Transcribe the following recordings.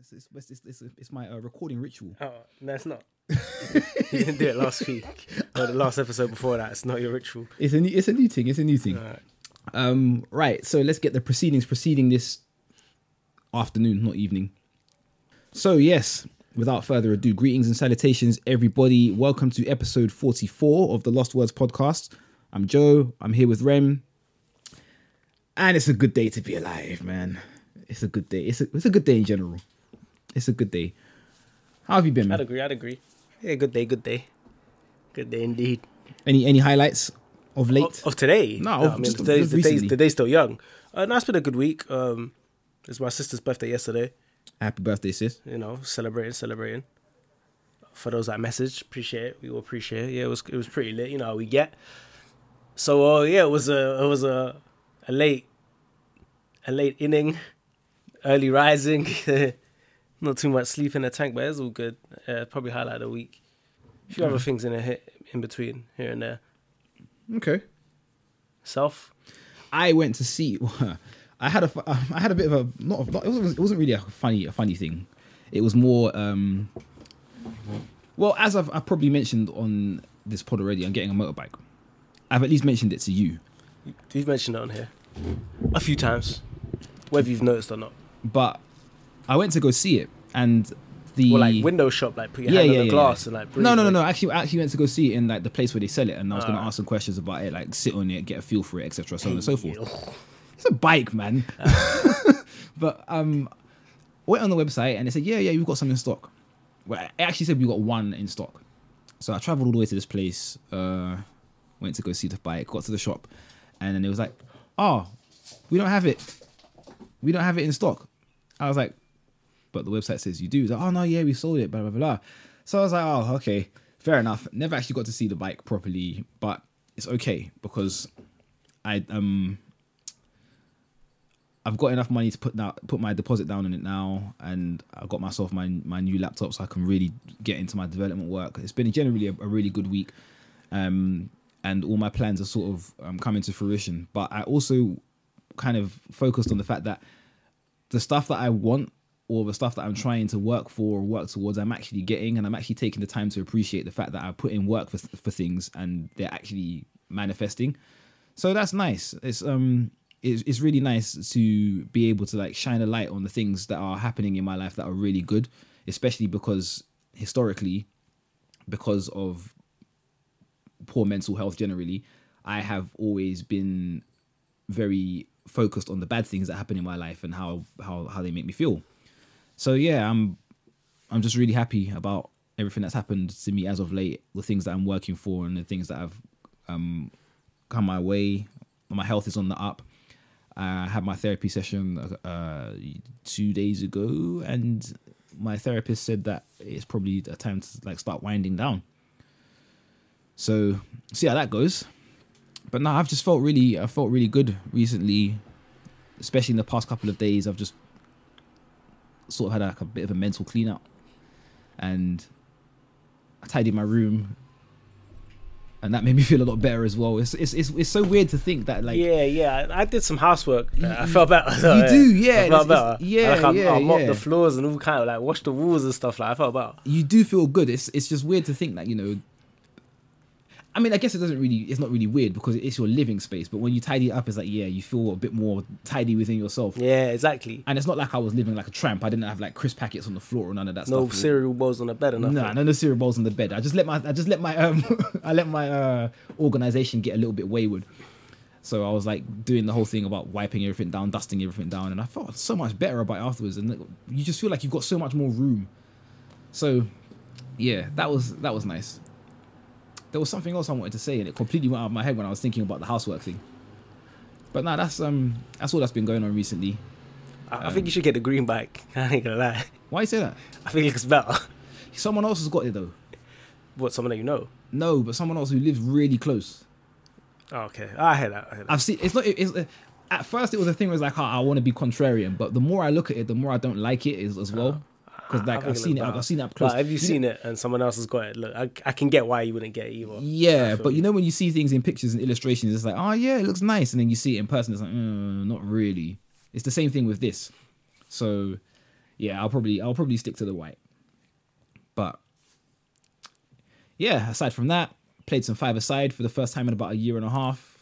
It's it's it's, it's, it's, it's my uh, recording ritual. Oh, no, it's not. you didn't do it last week or the last episode before that. It's not your ritual. It's a new, it's a new thing. It's a new thing. Alright. Um, right. So let's get the proceedings proceeding this afternoon, not evening. So yes, without further ado, greetings and salutations, everybody. Welcome to episode forty-four of the Lost Words podcast. I'm Joe. I'm here with Rem, and it's a good day to be alive, man. It's a good day. It's a, it's a good day in general. It's a good day. How have you been, I'd man? agree. I'd agree. Yeah, good day. Good day. Good day indeed. Any any highlights of late? Of, of today? No, I of- mean, just of- today's, just the, day's, recently. the day's still young. Uh, no, it's been a good week. Um, it's my sister's birthday yesterday. Happy birthday, sis. You know, celebrating, celebrating. For those that message, appreciate it. We will appreciate it. Yeah, it was it was pretty lit. You know how we get. So uh, yeah, it was a it was a a late a late inning, early rising. Not too much sleep in the tank, but it's all good. Uh, probably highlight of the week. A few Mm. other things in a hit in between here and there. Okay. Self. I went to see. I had a. fu- um, I had a bit of a not. not it, wasn't, it wasn't really a funny a funny thing. It was more. um Well, as I've I probably mentioned on this pod already, I'm getting a motorbike. I've at least mentioned it to you, You've mentioned it on here a few times, whether you've noticed or not. but I went to go see it, and the Or like window shop, like put your hand on the glass and like breathe. no, no, no, like- no. Actually, I actually went to go see it in like the place where they sell it, and I was going to Ah. ask some questions about it, like sit on it, get a feel for it, etc., so on and so forth. It's a bike, man. but um, went on the website and they said, yeah, yeah, we've got some in stock. Well, it actually said we got one in stock. So I traveled all the way to this place, uh, went to go see the bike, got to the shop, and then it was like, oh, we don't have it. We don't have it in stock. I was like, but the website says you do. He's like, oh no, yeah, we sold it, blah blah blah. So I was like, oh okay, fair enough. Never actually got to see the bike properly, but it's okay because I um I've got enough money to put now put my deposit down on it now, and I've got myself my my new laptop, so I can really get into my development work. It's been generally a, a really good week, um, and all my plans are sort of um, coming to fruition. But I also kind of focused on the fact that the stuff that I want or the stuff that I'm trying to work for or work towards, I'm actually getting, and I'm actually taking the time to appreciate the fact that I put in work for for things and they're actually manifesting. So that's nice. It's um, it's, it's really nice to be able to like shine a light on the things that are happening in my life that are really good, especially because historically, because of poor mental health generally, I have always been very focused on the bad things that happen in my life and how how how they make me feel. So yeah, I'm I'm just really happy about everything that's happened to me as of late, the things that I'm working for and the things that have um come my way. My health is on the up. I had my therapy session uh, two days ago, and my therapist said that it's probably a time to like start winding down. So see how that goes. But no, I've just felt really, I felt really good recently, especially in the past couple of days. I've just sort of had like a bit of a mental clean out, and I tidied my room, and that made me feel a lot better as well. It's it's it's, it's so weird to think that like yeah, yeah. I I did some housework. that I felt better. so, do, yeah, I it's- felt it's- better. yeah, like, I, yeah, I mopped yeah. the floors and all kind of like washed the walls and stuff. Like I felt better. you do feel good. It's it's just weird to think that you know. I mean, I guess it doesn't really. It's not really weird because it's your living space. But when you tidy it up, it's like yeah, you feel a bit more tidy within yourself. Yeah, exactly. And it's not like I was living like a tramp. I didn't have like crisp packets on the floor or none of that No stuff. cereal bowls on the bed or nothing. No, no, no cereal bowls on the bed. I just let my, I just let my, um, I let my uh, organization get a little bit wayward. So I was like doing the whole thing about wiping everything down, dusting everything down, and I felt so much better about it afterwards. And like, you just feel like you've got so much more room. So, yeah, that was that was nice. There was something else I wanted to say, and it completely went out of my head when I was thinking about the housework thing. But no, that's um, that's all that's been going on recently. I, I think you should get the green bike. I ain't gonna lie. Why you say that? I think it looks better. Someone else has got it though. What someone that you know. No, but someone else who lives really close. Oh, okay, I hear that. I hear that. I've seen it's not it's uh, at first it was a thing where it's like oh, I want to be contrarian, but the more I look at it, the more I don't like it is as well. Because I- I like think I've it seen it, looks I've, better. I've seen it up close. Like, have you seen it and someone else has got it? Look, I, I can get why you wouldn't get it either. Yeah, but you know when you see things in pictures and illustrations, it's like oh yeah, it looks nice, and then you see it in person, it's like mm, not really. It's the same thing with this. So yeah, I'll probably I'll probably stick to the white. But yeah, aside from that, played some five aside for the first time in about a year and a half.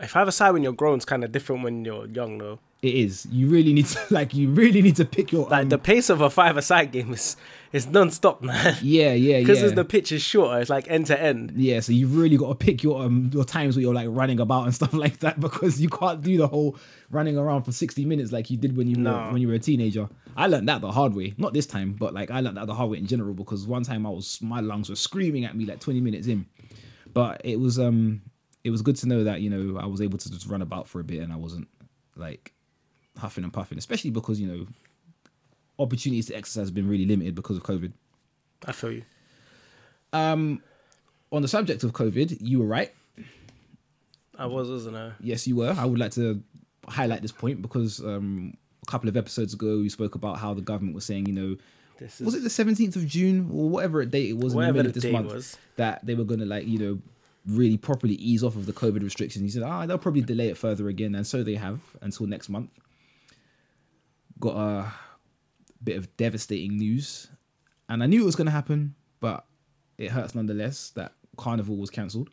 If I have a side when you're grown, it's kind of different when you're young, though. It is. You really need to like you really need to pick your Like own- the pace of a five-a-side game is is non-stop, man. Yeah, yeah, yeah. Because the pitch is shorter, it's like end to end. Yeah, so you've really got to pick your um, your times where you're like running about and stuff like that because you can't do the whole running around for 60 minutes like you did when you were, No. when you were a teenager. I learned that the hard way, not this time, but like I learned that the hard way in general because one time I was my lungs were screaming at me like 20 minutes in, but it was um it was good to know that you know I was able to just run about for a bit and I wasn't like huffing and puffing, especially because you know opportunities to exercise have been really limited because of COVID. I feel you. On the subject of COVID, you were right. I was, wasn't I? Yes, you were. I would like to highlight this point because um, a couple of episodes ago we spoke about how the government was saying, you know, This was it the seventeenth of June or whatever date it was in the Whatever middle of the this date month was. that they were going to like you know really properly ease off of the COVID restrictions. He said, ah, they'll probably delay it further again, and so they have until next month. Got a bit of devastating news, and I knew it was going to happen, but it hurts nonetheless that Carnival was cancelled.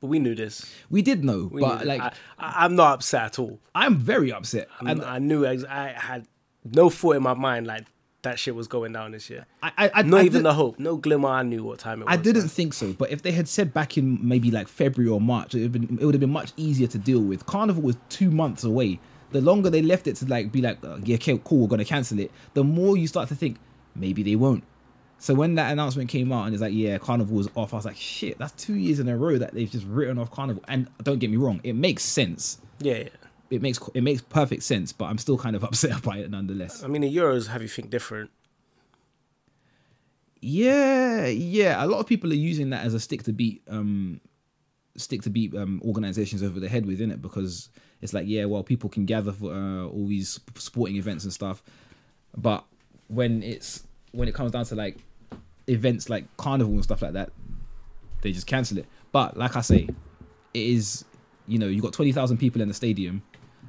But we knew this. We did know, We but knew like this. I, I, I'm not upset at all. I'm very upset. And I knew ex- I had no thought in my mind like that shit was going down this year. I, I, I Not I even did- the hope, no glimmer. I knew what time it was. I didn't think so, but if they had said back in maybe like February or March, it would have been, it would have been much easier to deal with. Carnival was two months away. The longer they left it to like be like, uh, yeah, okay, cool, we're gonna cancel it. The more you start to think maybe they won't. So when that announcement came out and it's like, yeah, Carnival was off, I was like, shit, that's two years in a row that they've just written off Carnival. And don't get me wrong, it makes sense. Yeah, yeah. It makes it makes perfect sense, but I'm still kind of upset by it nonetheless. I mean, the Euros have you think different? Yeah, yeah. A lot of people are using that as a stick to beat, um, stick to beat um, organizations over the head with, innit? Because it's like, yeah, well, people can gather for uh, all these sp- sporting events and stuff, but when it's when it comes down to like events like carnival and stuff like that, they just cancel it. But like I say, it is you know you got twenty thousand people in the stadium,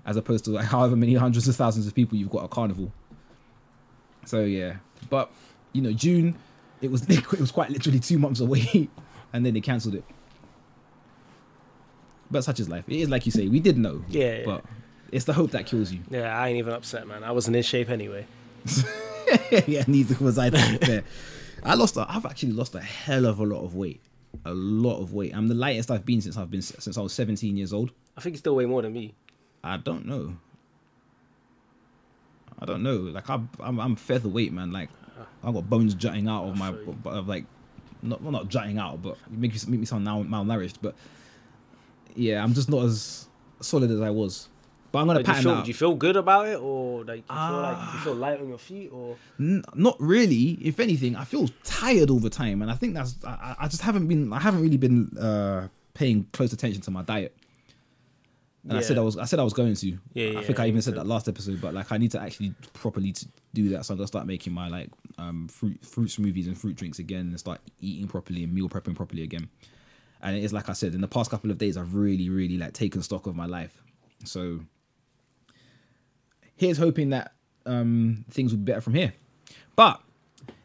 as opposed to like however many hundreds of thousands of people you've got at carnival. So yeah, but you know June, it was it was quite literally two months away, and then they cancelled it. But such is life. It is like you say, we did know. Yeah, yeah. But it's the hope that kills you. Yeah, I ain't even upset, man. I wasn't in shape anyway. yeah, neither was I. to be fair. I lost. A, I've actually lost a hell of a lot of weight. A lot of weight. I'm the lightest I've been since I've been since I was 17 years old. I think you still weigh more than me. I don't know. I don't know. Like I'm, I'm, I'm featherweight, man. Like I got bones jutting out of my, feel you. but of like, not well, not jutting out, but you make you make me sound now malnourished. But yeah, I'm just not as solid as I was. But I'm gonna But do pattern you Ah. feel, that out. do you feel good about it, or like you feel like you feel light on your feet, or N- not really. If anything, I feel tired all the time, and I think that's I, I- I just haven't been I haven't really been uh, paying close attention to my diet. And I said I Yeah. was I said I was going to. Yeah, I yeah, think I you even said said. that last episode, but like I need to actually properly to do that. So I'm gonna start making my like um fruit fruit smoothies and fruit drinks again, and start eating properly and meal prepping properly again. And it is like I said, in the past couple of days, I've really, really like taken stock of my life. So here's hoping that um, things will be better from here. But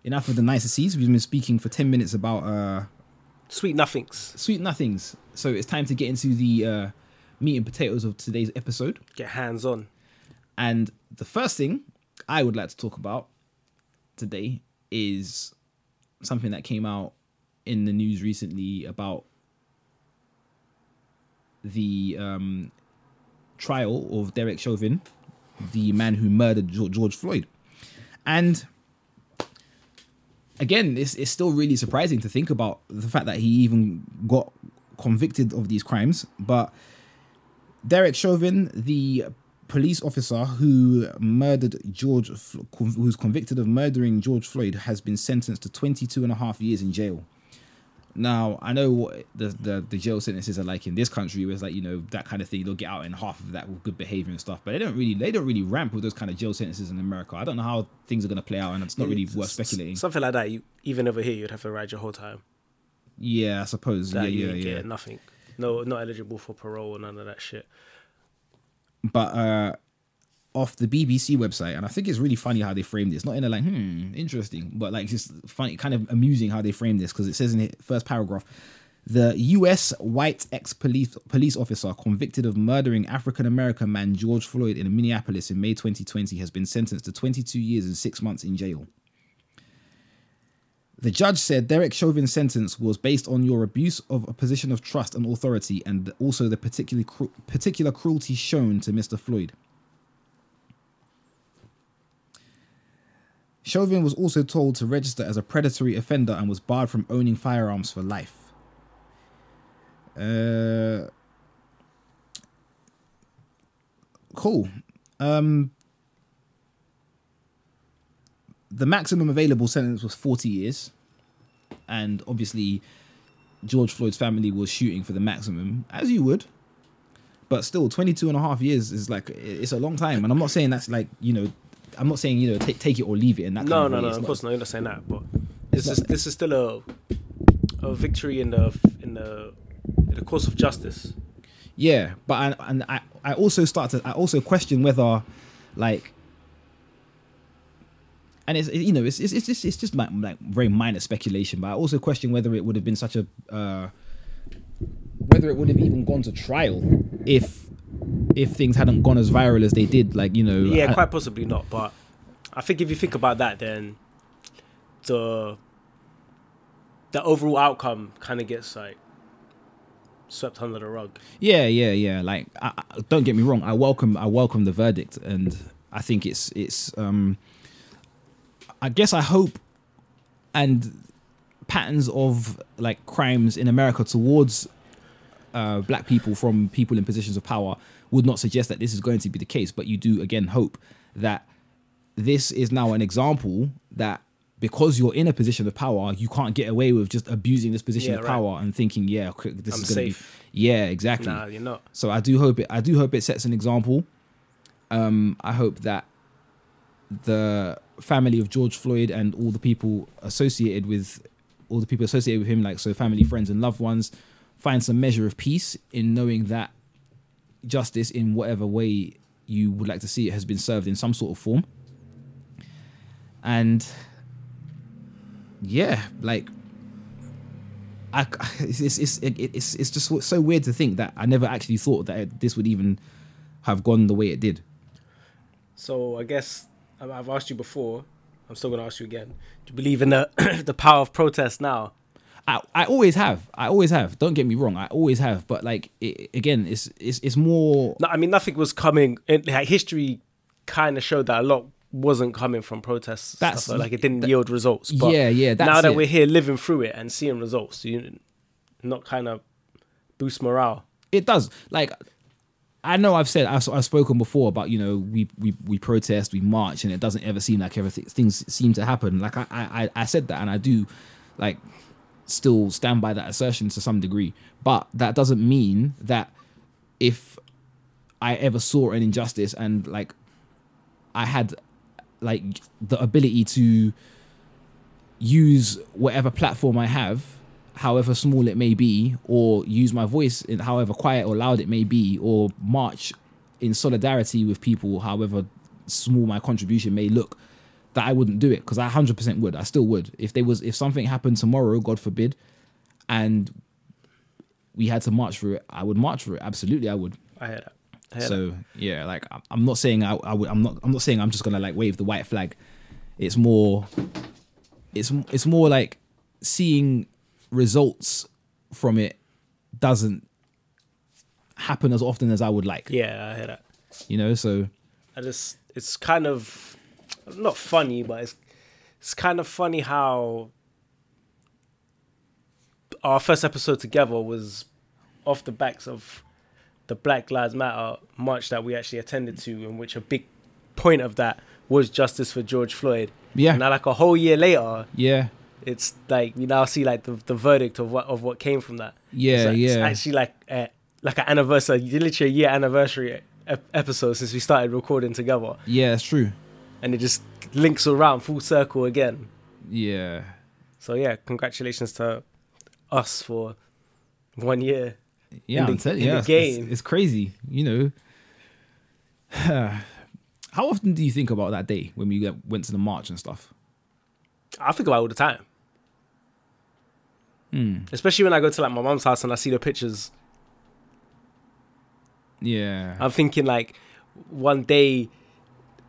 enough of the niceties. We've been speaking for 10 minutes about uh, sweet nothings? sweet nothings. So it's time to get into the uh, meat and potatoes of today's episode. Get hands on. And the first thing I would like to talk about today is something that came out in the news recently about the um, trial of Derek Chauvin, the man who murdered Geo- George Floyd. And again, it's, it's still really surprising to think about the fact that he even got convicted of these crimes. But Derek Chauvin, the police officer who murdered George, F- con- who's convicted of murdering George Floyd, has been sentenced to 22 and a half years in jail. Now, I know what the, the, the jail sentences are like in this country, where it's like, you know, that kind of thing. They'll get out in half of that with good behavior and stuff, but they don't really they don't really ramp with those kind of jail sentences in America. I don't know how things are going to play out, and it's not really It's- worth it's- speculating. Something like that. You even over here, you'd have to ride your whole time. Yeah, I suppose. That yeah, you yeah, ain't yeah. getting nothing. No, not eligible for parole or none of that shit. But uh, off the BBC website, and I think it's really funny how they framed it. It's not in a like, hmm, interesting, but like just funny, kind of amusing how they framed this because it says in the first paragraph, the U.S. white ex police police officer convicted of murdering African American man George Floyd in Minneapolis in May 2020 has been sentenced to 22 years and six months in jail. The judge said Derek Chauvin's sentence was based on your abuse of a position of trust and authority, and also the particularly cru- particular cruelty shown to Mr. Floyd. Chauvin was also told to register as a predatory offender and was barred from owning firearms for life. Uh, cool. Um, the maximum available sentence was 40 years. And obviously, George Floyd's family was shooting for the maximum, as you would. But still, 22 and a half years is like, it's a long time. And I'm not saying that's like, you know, I'm not saying, you know, take, take it or leave it in that No, kind no, of way. no. It's Of not- course, no. You're not saying that, but this not is this is still a a victory in the in the in the course of justice. Yeah, but I, and I, I also start to I also question whether, like, and it's you know it's it's it's just, it's just like, like very minor speculation, but I also question whether it would have been such a uh, whether it would have even gone to trial if if things hadn't gone as viral as they did. Like you know, Yeah, I- quite possibly not. But I think if you think about that, then the the overall outcome kind of gets like swept under the rug. Yeah, yeah, yeah. Like, I, I- don't get me wrong. I welcome, I welcome the verdict, and I think it's, it's. um I guess I hope, and patterns of like crimes in America towards uh, black people from people in positions of power would not suggest that this is going to be the case. But you do again hope that this is now an example that because you're in a position of power, you can't get away with just abusing this position Yeah, of right. power and thinking, yeah, quick, this I'm is going to safe. be, yeah, exactly. Nah, you're not. So I do hope it. I do hope it sets an example. Um, I hope that the family of George Floyd and all the people associated with all the people associated with him, like so, family, friends, and loved ones, find some measure of peace in knowing that justice, in whatever way you would like to see it, has been served in some sort of form. And yeah, like I, it's, it's, it's, it- it's, it's just so- so weird to think that I never actually thought that it, this would even have gone the way it did. So I guess I- I've asked you before. I'm still gonna ask you again. Do you believe in the the power of protest now? I, I always have. I always have. Don't get me wrong. I always have. But like it, again, it's it's it's more. No, I mean nothing was coming. And, like, history kind of showed that a lot wasn't coming from protests. and That's- stuff, like it didn't yield results. But Yeah, yeah, that's now that it. we're here living through it and seeing results, you not kind of boost morale. It does. Like I know I've said I've, I've spoken before about you know we, we we protest we march and it doesn't ever seem like everything things seem to happen. Like I I I- I said that and I do like still stand by that assertion to some degree. But that doesn't mean that if I ever saw an injustice and like I had like the ability to use whatever platform I have, however small it may be, or use my voice in however quiet or loud it may be, or march in solidarity with people, however small my contribution may look, that I wouldn't do it because I 100% would. I still would. If there was if something happened tomorrow, God forbid, and we had to march for it, I would march for it. Absolutely, I would. I hear that. I hear that. So yeah, like I'm- I'm not saying I, I would, I'm not I'm not saying I'm just gonna like wave the white flag. It's more, it's it's more like seeing results from it doesn't happen as often as I would like. Yeah, I hear that. You know, so I just it's kind of not funny, but it's it's kind of funny how our first episode together was off the backs of the Black Lives Matter march that we actually attended to, in which a big point of that was justice for George Floyd. Yeah. Now, like a whole year later, yeah, it's like we now see like the, the verdict of what of what came from that. Yeah, it's like- It's yeah. actually like uh, like an anniversary, literally a year anniversary e, ep- episode since we started recording together, yeah, it's true. and it just links around full circle again. Yeah, So yeah, congratulations to us for one year. yeah, In the- I'm telling in you, the yeah, it's- game. It's, it's crazy. You know, How often do you think about that day when we went- went to the march and stuff? I think about it all the time. Hmm. Especially when I go to like my mom's house and I see the pictures. Yeah. I'm thinking like one day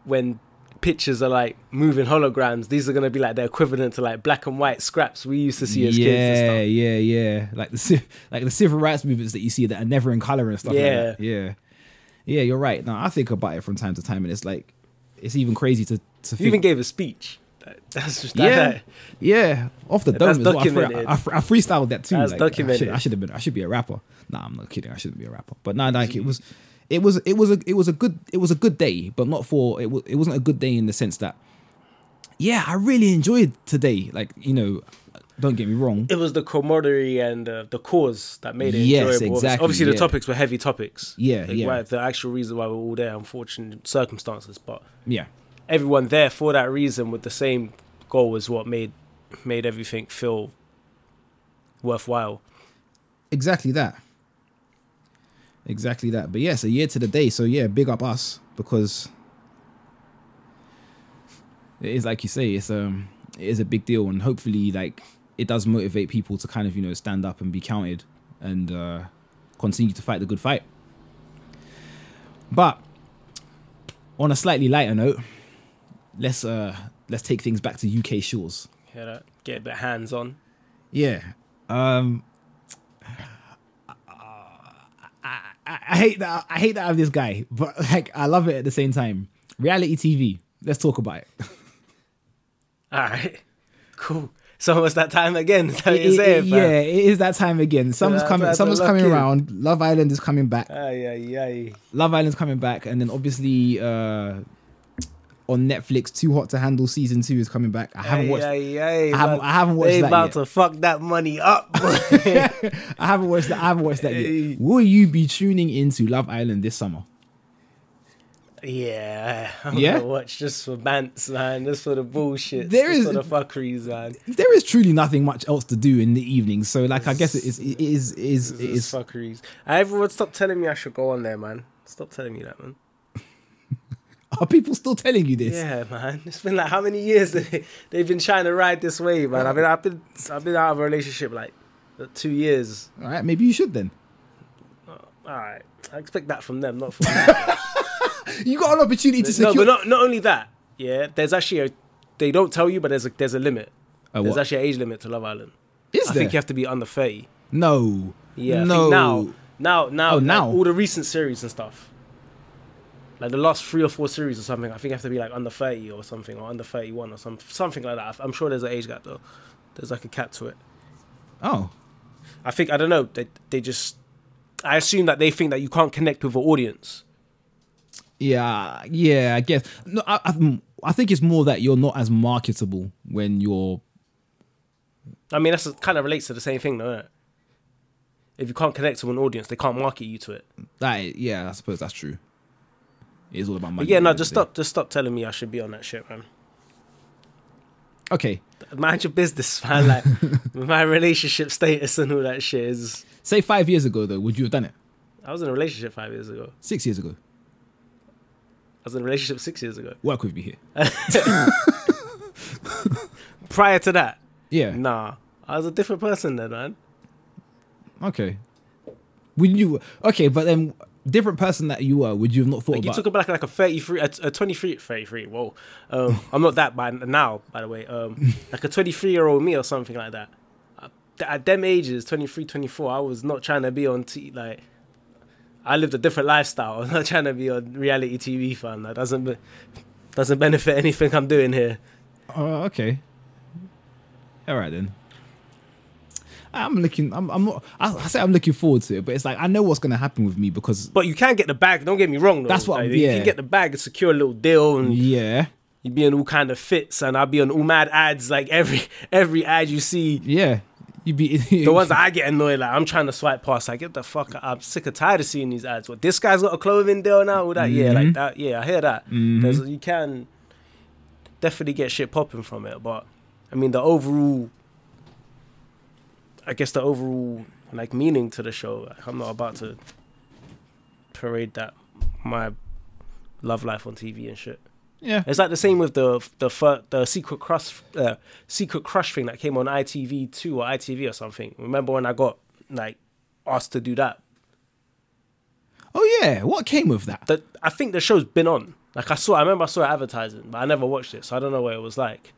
when pictures are like moving holograms, these are gonna be like the equivalent to like black and white scraps we used to see as yeah, kids and stuff. yeah, yeah. Like the civ- like the civil rights movements that you see that are never in color and stuff. Yeah. like that. yeah, yeah. You're right. Now I think about it from time to time, and it's like it's even crazy to to You even think. gave a speech. That- That's just yeah, that. yeah. Off the dome That's as well. I, fre- documented. I, fre- I freestyled that too. That's like, documented. I should, I should have been. I should be a rapper. Nah, I'm not kidding. I shouldn't be a rapper. But nah, like Mm-hmm. it was, it was, it was a, it was a good, it was a good day, but not for it. Was, it wasn't a good day in the sense that, yeah, I really enjoyed today. Like you know, don't get me wrong. It was the camaraderie and uh, the cause that made it Yes, enjoyable. Obviously- exactly, Obviously, the yeah. topics were heavy topics. Yeah, Like, yeah. why- the actual reason why we're all there, unfortunate circumstances, but Yeah. everyone there for that reason with the same goal was what made made everything feel worthwhile. exactly that exactly that but yes a year to the day so yeah big up us because it is like you say it's um it is a big deal and hopefully like it does motivate people to kind of you know stand up and be counted and uh continue to fight the good fight but on a slightly lighter note let's uh let's take things back to uk shores Hear that? Get a bit hands on. yeah. Um. I, I, I hate that. I hate that I'm this guy, but like I love it at the same time. Reality TV. Let's talk about it. All right, cool. So almost that time again. Is that what It- you're it- saying, it- fam? yeah, it is that time again. Summer's Yeah, coming. that's Summer's a lock coming in. around. Love Island is coming back. Aye, aye, aye. Love Island's coming back, and then obviously uh, on Netflix, Too Hot to Handle season two is coming back. I haven't Aye, watched. aye, aye, I haven't- man. I haven't watched They that about yet. to fuck that money up. boy. I haven't watched that. I haven't watched that Hey. yet. Will you be tuning into Love Island this summer? yeah, I'm Yeah? gonna watch just for bants, man. Just for the bullshit. There just is- for the fuckeries, man. there is truly nothing much else to do in the evening. So like, I guess it is it is it is, it It's is fuckeries. Everyone, stop telling me I should go on there, man. Stop telling me that, man. are people still telling you this? Yeah, man. It's been like how many years they, they've been trying to ride this wave, man. I've been, I've been, I've been out of a relationship like two years. All right, maybe you should then. All right, I expect that from them, not from me. You got an opportunity to no, secure. but not not only that. Yeah, there's actually a. They don't tell you, but there's a there's a limit. Oh, There's what? actually an age limit to Love Island. is I there? think you have to be under thirty. no. Yeah. I No. think now, now, now, Oh, like, now. all the recent series and stuff. Like the last three or four series or something, I think you have to be like under thirty or something, or under thirty-one or some something like that. I'm sure there's an age gap though. There's like a cap to it. Oh. I think I don't know. They they just. I assume that they think that you can't connect with an audience. Yeah. Yeah. I guess. No. I, I, I think it's more that you're not as marketable when you're. I mean, that's kind of relates to the same thing, though. Innit? If you can't connect to an audience, they can't market you to it. That, yeah. I suppose that's true. It is all about money. But yeah, at the no, end of just the day. stop, just stop telling me I should be on that shit, man. Okay. Mind your business, man. Like my relationship status and all that shit is. Say five years ago though, would you have done it? I was in a relationship five years ago. Six years ago. I was in a relationship six years ago. Work with me here. Uh, Prior to that, Yeah. nah, I was a different person then, man. Okay. Would you okay? But then, different person that you were, would you have not thought Like you about? took about like a thirty-three, a, a twenty-three, thirty-three. Whoa, um, I'm not that by now, by the way. Um, like a twenty-three-year-old me or something like that. Uh, th- At them ages, 23, 24, I was not trying to be on t like. I lived a different lifestyle. I was not trying to be on reality TV, fam. That doesn't be- doesn't benefit anything I'm doing here. Oh, okay. All right then. I'm looking. I'm. I'm not. I, I say I'm looking forward to it, but it's like I know what's gonna happen with me because But you can get the bag. Don't get me wrong. Though. That's what I'm- Like, You yeah. can get the bag and secure a little deal, and yeah, you be in all kind of fits, and I'll be on all mad ads. Like every every ad you see, yeah. You be the ones that I get annoyed, like I'm trying to swipe past, like get the fuck. out. I'm sick and tired of seeing these ads. What this guy's got a clothing deal now, all that. Yeah, like that. Yeah, I hear that. There's, you can definitely get shit popping from it, but I mean the overall, I guess the overall like meaning to the show. Like, I'm not about to parade that my Love Life on TV and shit. Yeah. It's like the same with the the fir- the Secret Crush uh, Secret Crush thing that came on ITV two or ITV or something. Remember when I got like asked to do that? Oh yeah. What came with that? That I think the show's been on. Like I saw, I remember I saw it advertising, but I never watched it, so I don't know what it was like.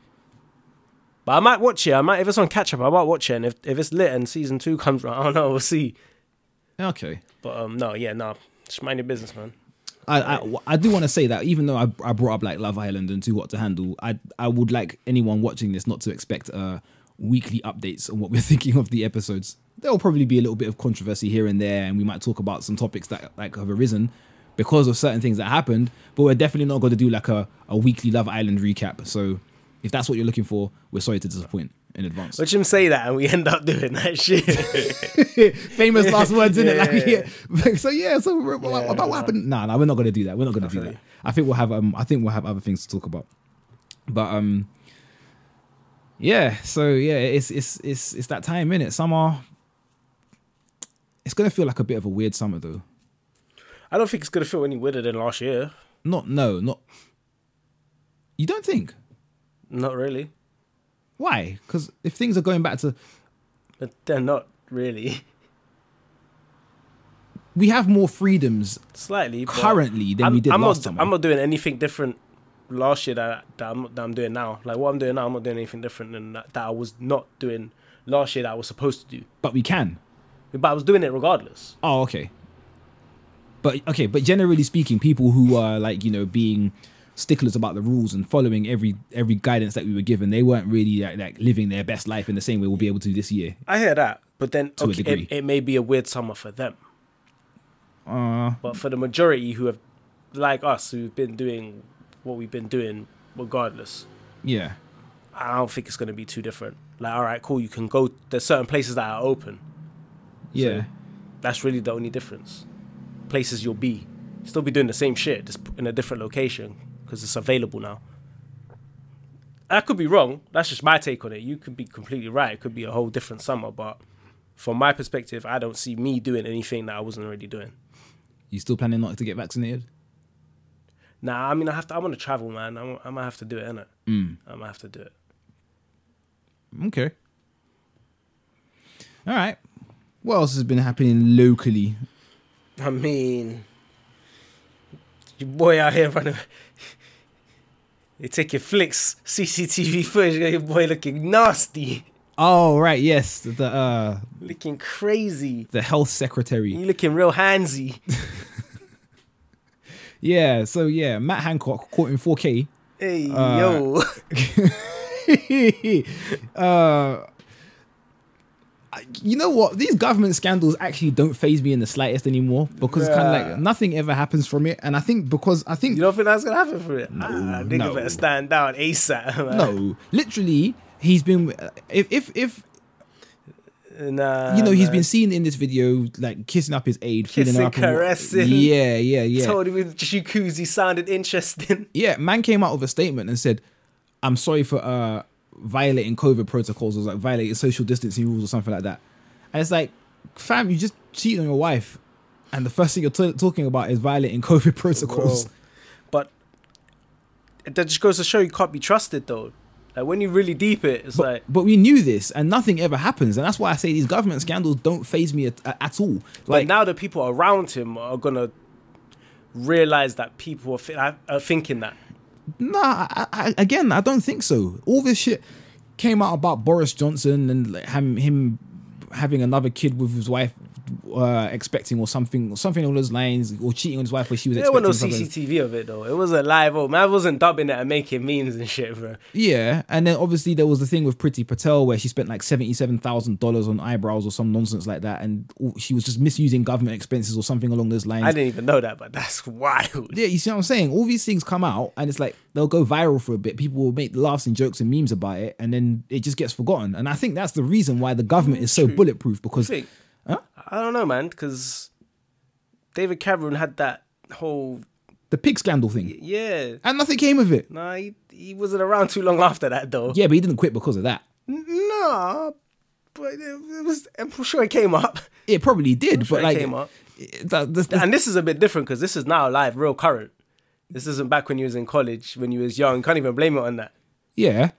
But I might watch it. I might if it's on catch up, I might watch it. And if, if it's lit and season two comes around, I don't know. We'll see. Okay. But um, no, yeah, no, just mind your business, man. I, I, I do want to say that even though I, I brought up like Love Island and Too Hot to Handle, I I would like anyone watching this not to expect uh, weekly updates on what we're thinking of the episodes. There will probably be a little bit of controversy here and there, and we might talk about some topics that like have arisen because of certain things that happened. But we're definitely not going to do like a, a weekly Love Island recap. So if that's what you're looking for, we're sorry to disappoint in advance. Watch him say that, and we end up doing that shit. Famous last words, in it? Yeah, Like, yeah, yeah. so yeah, so we're, we're like, about what happened? Nah, nah, we're not gonna do that. We're not gonna do that. I think we'll have um, I think we'll have other things to talk about. But um, yeah. So yeah, it's it's it's it's that time in it. Summer. It's gonna feel like a bit of a weird summer though. I don't think it's gonna feel any weirder than last year. Not no, not. You don't think Not really. why? Because if things are going back to, But they're not really. we have more freedoms Slightly. but currently than I'm, we did I'm last eh? not, summer. I'm not doing anything different last year that, that, I'm, that I'm doing now. Like what I'm doing now, I'm not doing anything different than that, that I was not doing last year that I was supposed to do. but we can. But I was doing it regardless. Oh, okay. But okay, but generally speaking, people who are like you know being sticklers about the rules and following every every guidance that we were given, they weren't really like, like living their best life in the same way we'll be able to this year. I hear that. But then a okay, degree. it, it may be a weird summer for them. Uh, But for the majority who have, like us, who've been doing what we've been doing regardless, yeah, I don't think it's going to be too different. Like, all right, cool, you can go. There's certain places that are open. yeah, That's really the only difference. Places you'll be, still be doing the same shit, just in a different location because it's available now. I could be wrong. That's just my take on it. You could be completely right. It could be a whole different summer, but from my perspective, I don't see me doing anything that I wasn't already doing. you still planning not to get vaccinated? Nah, I mean, I have to. I want to travel, man. I'm, I might have to do it, innit? Mm. I might have to do it. Okay. All right. What else has been happening locally? I mean, your boy out here running. They take your flicks, CCTV footage, your boy looking nasty, Oh right, yes, the uh, looking crazy. the health secretary. You looking real handsy. Yeah, so yeah, Matt Hancock caught in 4K. Hey, Uh, yo. uh, I- you know what? These government scandals actually don't phase me in the slightest anymore because it's kind of like Bruh. nothing ever happens from it. And I think because I think You don't think that's gonna happen for it? No, ah, nigga no. better stand down ASAP. man. no, literally, he's been if if if Nah. you know he's man. been seen in this video like kissing up his aide, feeling Kissing, her up and wa- caressing. Yeah, yeah, yeah. Told him his jacuzzi sounded interesting. yeah, man came out with a statement and said, "I'm sorry for uh violating COVID protocols or like violating social distancing rules or something like that." And it's like, fam, you just cheated on your wife, and the first thing you're t- talking about is violating COVID protocols. Bro. But that just goes to show you can't be trusted, though. Like when you really deep it, it's like But we knew this, and nothing ever happens, and that's why I say these government scandals don't phase me at, at all. Like, but now the people around him are gonna realize that people are, thi- are are thinking that. Nah, I, I, again, I don't think so. All this shit came out about Boris Johnson and like, him, him having another kid with his wife uh, expecting or something, or something along those lines, or cheating on his wife when she was There were expecting. no something. CCTV of it though. It was a live. Oh, man wasn't dubbing it and making memes and shit, bro. Yeah, and then obviously there was the thing with Pretty Patel where she spent like seventy-seven thousand dollars on eyebrows or some nonsense like that, and all- she was just misusing government expenses or something along those lines. I didn't even know that, but that's wild. Yeah, you see what I'm saying? All these things come out and it's like they'll go viral for a bit. People will make laughs and jokes and memes about it and then it just gets forgotten. And I think that's the reason why the government is so bulletproof because Think. Huh? I don't know, man, because David Cameron had that whole the pig scandal thing. yeah. And nothing came of it. Nah, he, he wasn't around too long after that though. Yeah, but he didn't quit because of that. No, but it, it was. I'm sure it came up, It probably did, sure but it like came up. it- that- that's- and this is a bit different because this is now live, real current. This isn't back when you was in college, when you was young. Can't even blame it on that. Yeah,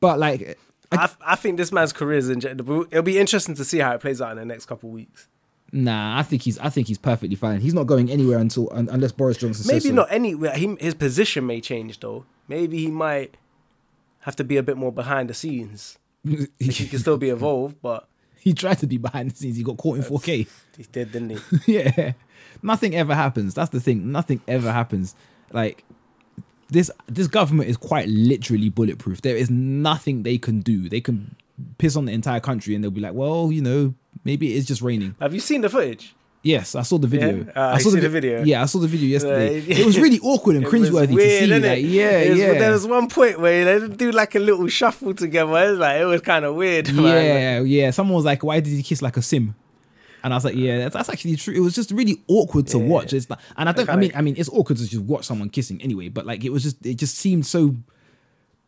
but like, I, I think this man's career is in. It'll be interesting to see how it plays out in the next couple of weeks. nah, I think he's I think he's perfectly fine. He's not going anywhere until un, unless Boris Johnson says Maybe so. not any. He, his position may change though. Maybe he might have to be a bit more behind the scenes. He he, can still be involved, but he tried to be behind the scenes. He got caught in 4K. he did, didn't he? yeah, nothing ever happens. That's the thing. Nothing ever happens. Like this, this government is quite literally bulletproof. There is nothing they can do. They can piss on the entire country, and they'll be like, "Well, you know, maybe it is just raining." Have you seen the footage? Yes, I saw the video. Yeah? Ah, I you saw see the video? Yeah, I saw the video yesterday. Yeah. it was really awkward and It was cringeworthy weird, to see. innit? Like, yeah, It was- yeah, There was one point where they do like a little shuffle together. It was like it was kind of weird. man. yeah, yeah. Someone was like, "Why did he kiss like a sim?" And I was like, "Yeah, that's, that's actually true." It was just really awkward to watch. It's like, and I don't. I kinda- mean, I mean, it's awkward to just watch someone kissing anyway. But like, it was just, it just seemed so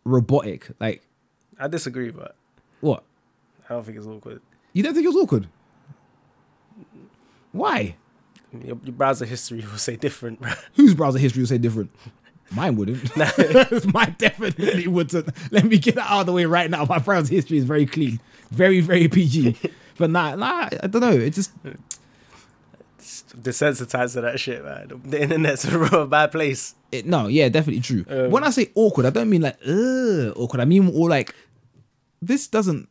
robotic. Like, I disagree, but what? I don't think it's awkward. You don't think it was awkward? Why? Your, your browser history will say different. bruh. Whose browser history will say different? Mine wouldn't. Mine definitely wouldn't. Let me get that out of the way right now. My browser history is very clean, very, very PG. But nah, nah, I don't know. It just It's desensitized to that shit, man. The internet's a real bad place. It, no, yeah, definitely true. Um, when I say awkward, I don't mean like ugh, awkward. I mean more like this doesn't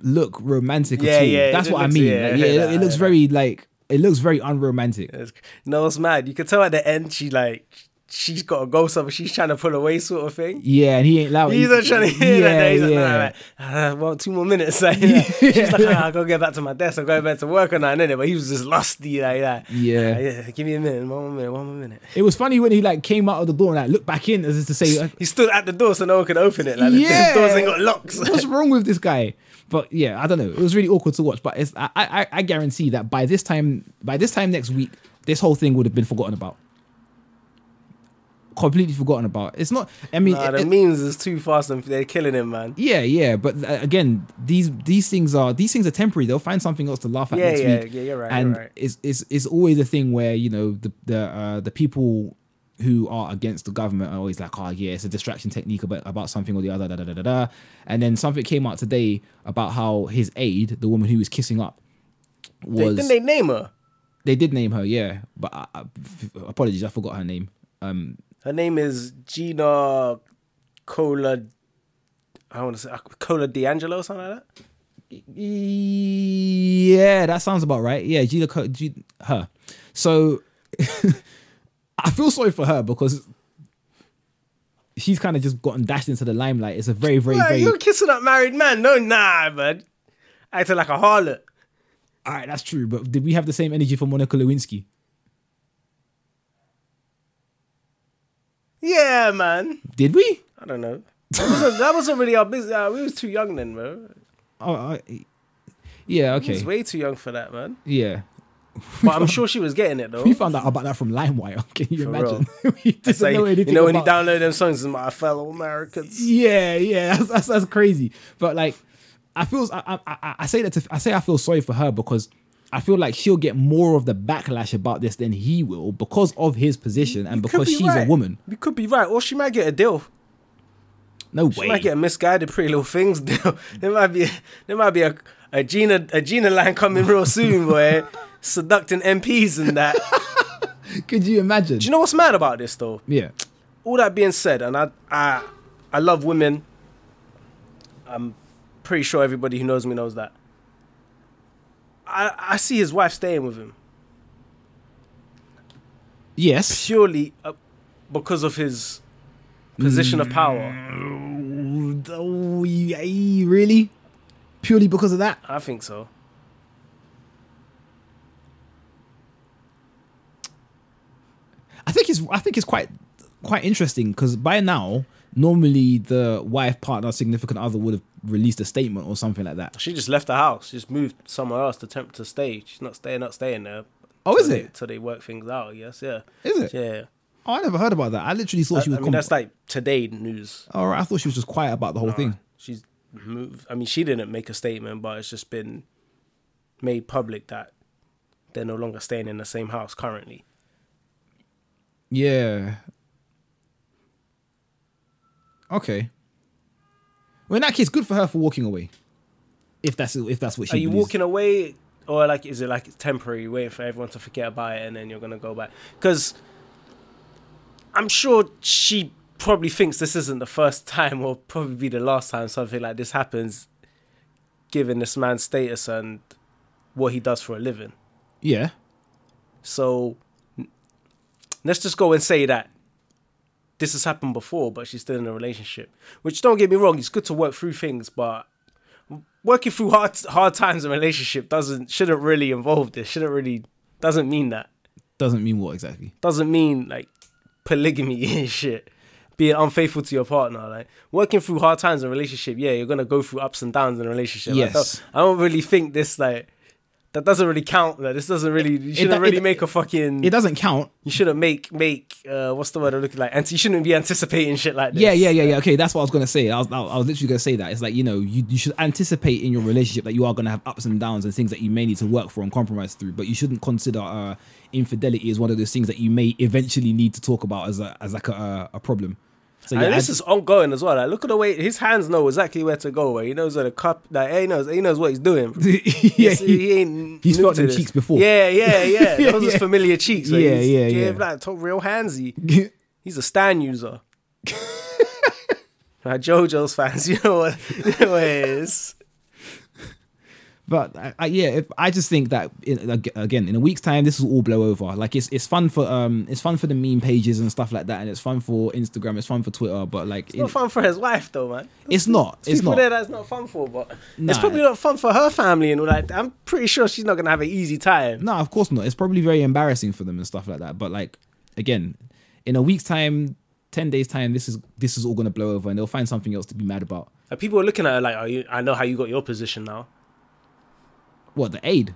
look romantic Yeah, at all. yeah, That's it what I looks- mean. yeah, Like, I yeah, hear it, that, it looks I hear very like it looks very unromantic. It's, no, it's mad. You could tell at the end she like she's got to go somewhere. She's trying to pull away, sort of thing. Yeah, and he ain't loud. He's not trying to hear yeah, that. He's like, yeah. nah, like, "Ah, well, two more minutes. Like, yeah. She's like, ah, I'll go get back to my desk. I'm going back to work or nothing. innit? But he was just lusty like that. Yeah. Ah, yeah. Give me a minute. One more minute. One more minute. It was funny when he like came out of the door and like looked back in as if to say, like, He stood at the door so no one could open it. Like Yeah. the doors ain't got locks. "What's wrong with this guy?" But yeah, I don't know. It was really awkward to watch. But it's I, I I guarantee that by this time by this time next week, this whole thing would have been forgotten about. Completely forgotten about. It's not. I mean, Nah, it- Ah, the it- memes is too fast and they're killing him, man. Yeah, yeah, but uh, again, these these things are these things are temporary. They'll find something else to laugh at Yeah, next yeah, week. yeah, you're right, And you're right. it's it's it's always a thing where you know the the uh, the people who are against the government are always like, oh yeah, it's a distraction technique about, about something or the other, da da da da da. And then something came out today about how his aide, the woman who was kissing up, They, was didn't they name her? they did name her, yeah, but I, I, f- apologies, I forgot her name. Um, Her name is Gina Cola. I want to say uh, Cola D'Angelo or something like that. Yeah, that sounds about right. Yeah, Gina, Co- G- her. So I feel sorry for her because she's kind of just gotten dashed into the limelight. It's a very, very, Like, very. you're kissing up married man. No, nah, man. Acting like a harlot. All right, that's true. But did we have the same energy for Monica Lewinsky? Yeah, man. Did we? I don't know. That wasn't, that wasn't really our business. Uh, we was too young then, bro. Oh, I- yeah. We was Okay. way too young for that, man. Yeah. But I'm sure she was getting it though. We found out about that from LimeWire. Can you imagine? we didn't It's like, know you anything know when you about- download them songs, it's my fellow Americans. Yeah, yeah, that's, that's, that's crazy. But like, I feel I, I- I, I say that to, I say I feel sorry for her because I feel like she'll get more of the backlash about this than he will because of his position and Could because be she's right. a woman. You could be right, or she might get a deal. No She way. might get a misguided Pretty Little Things deal. there might be there might be a, a Gina a Gina line coming real soon, boy. Seducting MPs and that. Do Could you imagine? you know what's mad about this though? yeah, All that being said, and I I I love women. I'm pretty sure everybody who knows me knows that. I I see his wife staying with him yes. purely uh, because of his position of power. Oh, yeah, really? Purely because of that? I think so. I think it's I think it's quite quite interesting because by now normally the wife, partner, significant other would have released a statement or something like that. She just left the house. She just moved somewhere else to tempt to stay. She's not staying, not staying there. Oh, is till they- it? Till they work things out. Yes, yeah, Is it? yeah. Oh, I never heard about that. I literally thought I, she I was. mean, com- that's like today news. All right, I thought she was just quiet about the whole thing. She's moved. I mean, she didn't make a statement, but it's just been made public that they're no longer staying in the same house currently. Yeah, Okay. Well, in that case, good for her for walking away. If that's if that's what she Are you believes. walking away, or like is it like temporary, waiting for everyone to forget about it, and then you're gonna go back? Because I'm sure she probably thinks this isn't the first time, or probably be the last time something like this happens, given this man's status and what he does for a living. Yeah. So let's just go and say that this has happened before, but she's still in a relationship. Which don't get me wrong, it's good to work through things, but working through hard hard times in a relationship doesn't shouldn't really involve this. Shouldn't really doesn't mean that. Doesn't mean what exactly. Doesn't mean like polygamy and shit. Being unfaithful to your partner, like working through hard times in a relationship, yeah, you're gonna go through ups and downs in a relationship. I, Yes. don't, I don't really think this like that doesn't really count. Like, this doesn't really you shouldn't it- really make a fucking It doesn't count. you shouldn't make make uh what's the word I'm looking like and you shouldn't be anticipating shit like this. Yeah, yeah, yeah, yeah. Okay, that's what I was gonna say. I was, I was literally gonna say that. It's like you know, you, you should anticipate in your relationship that you are gonna have ups and downs and things that you may need to work for and compromise through. But you shouldn't consider uh, infidelity as one of those things that you may eventually need to talk about as a as like a, uh, a problem. So yeah, and this I- is ongoing as well. Like, look at the way his hands know exactly where to go. Where he knows where the cup, like he knows, he knows what he's doing. yeah, He's- he ain't he's new felt to them this. cheeks before. Yeah, yeah, yeah. Yeah, Those yeah. are familiar cheeks. Like, Yeah, he's- yeah, yeah. Like, top real handsy. he- He's a stand user. Like JoJo's fans, you know what, you know what it is. But uh, I, I, yeah, if, I just think that in, ag- again, in a week's time, this will all blow over. Like it's it's fun for um, it's fun for the meme pages and stuff like that, and it's fun for Instagram, it's fun for Twitter. But like, in- Not fun for his wife though, man. it's not, it's people not. there that's not fun for, but Nah. it's probably not fun for her family and all that. I'm pretty sure she's not gonna have an easy time. No, of course not. It's probably very embarrassing for them and stuff like that. But like again, in a week's time, ten days time, this is this is all gonna blow over, and they'll find something else to be mad about. Like, people are looking at her like, "Oh, you, I know how you got your position now." What the aid?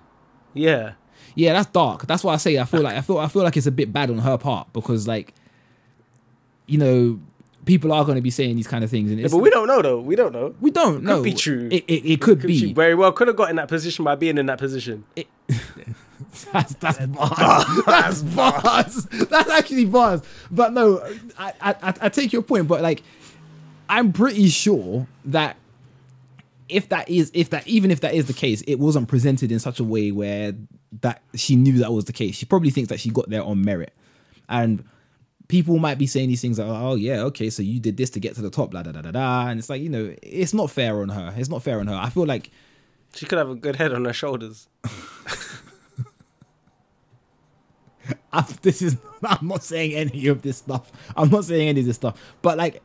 Yeah, Yeah, that's dark. That's why I say I feel like I feel I feel like it's a bit bad on her part because like, you know, people are gonna be saying these kind of things, and Yeah, it's, but we don't know though. We don't know. we don't know. be true. It it, it could, She be. very well could have got in that position by being in that position. That's that's bars. that's bars. That's actually bars. But no, I, I I- I take your point. But like, I'm pretty sure that if that is if that even if that is the case, it wasn't presented in such a way where that she knew that was the case. She probably thinks that she got there on merit, and people might be saying these things like, "Oh yeah, okay, so you did this to get to the top, blah da da da da," and it's like you know, it's not fair on her. It's not fair on her. I feel like She could have a good head on her shoulders. i this is I'm not saying any of this stuff. I'm not saying any of this stuff. But like,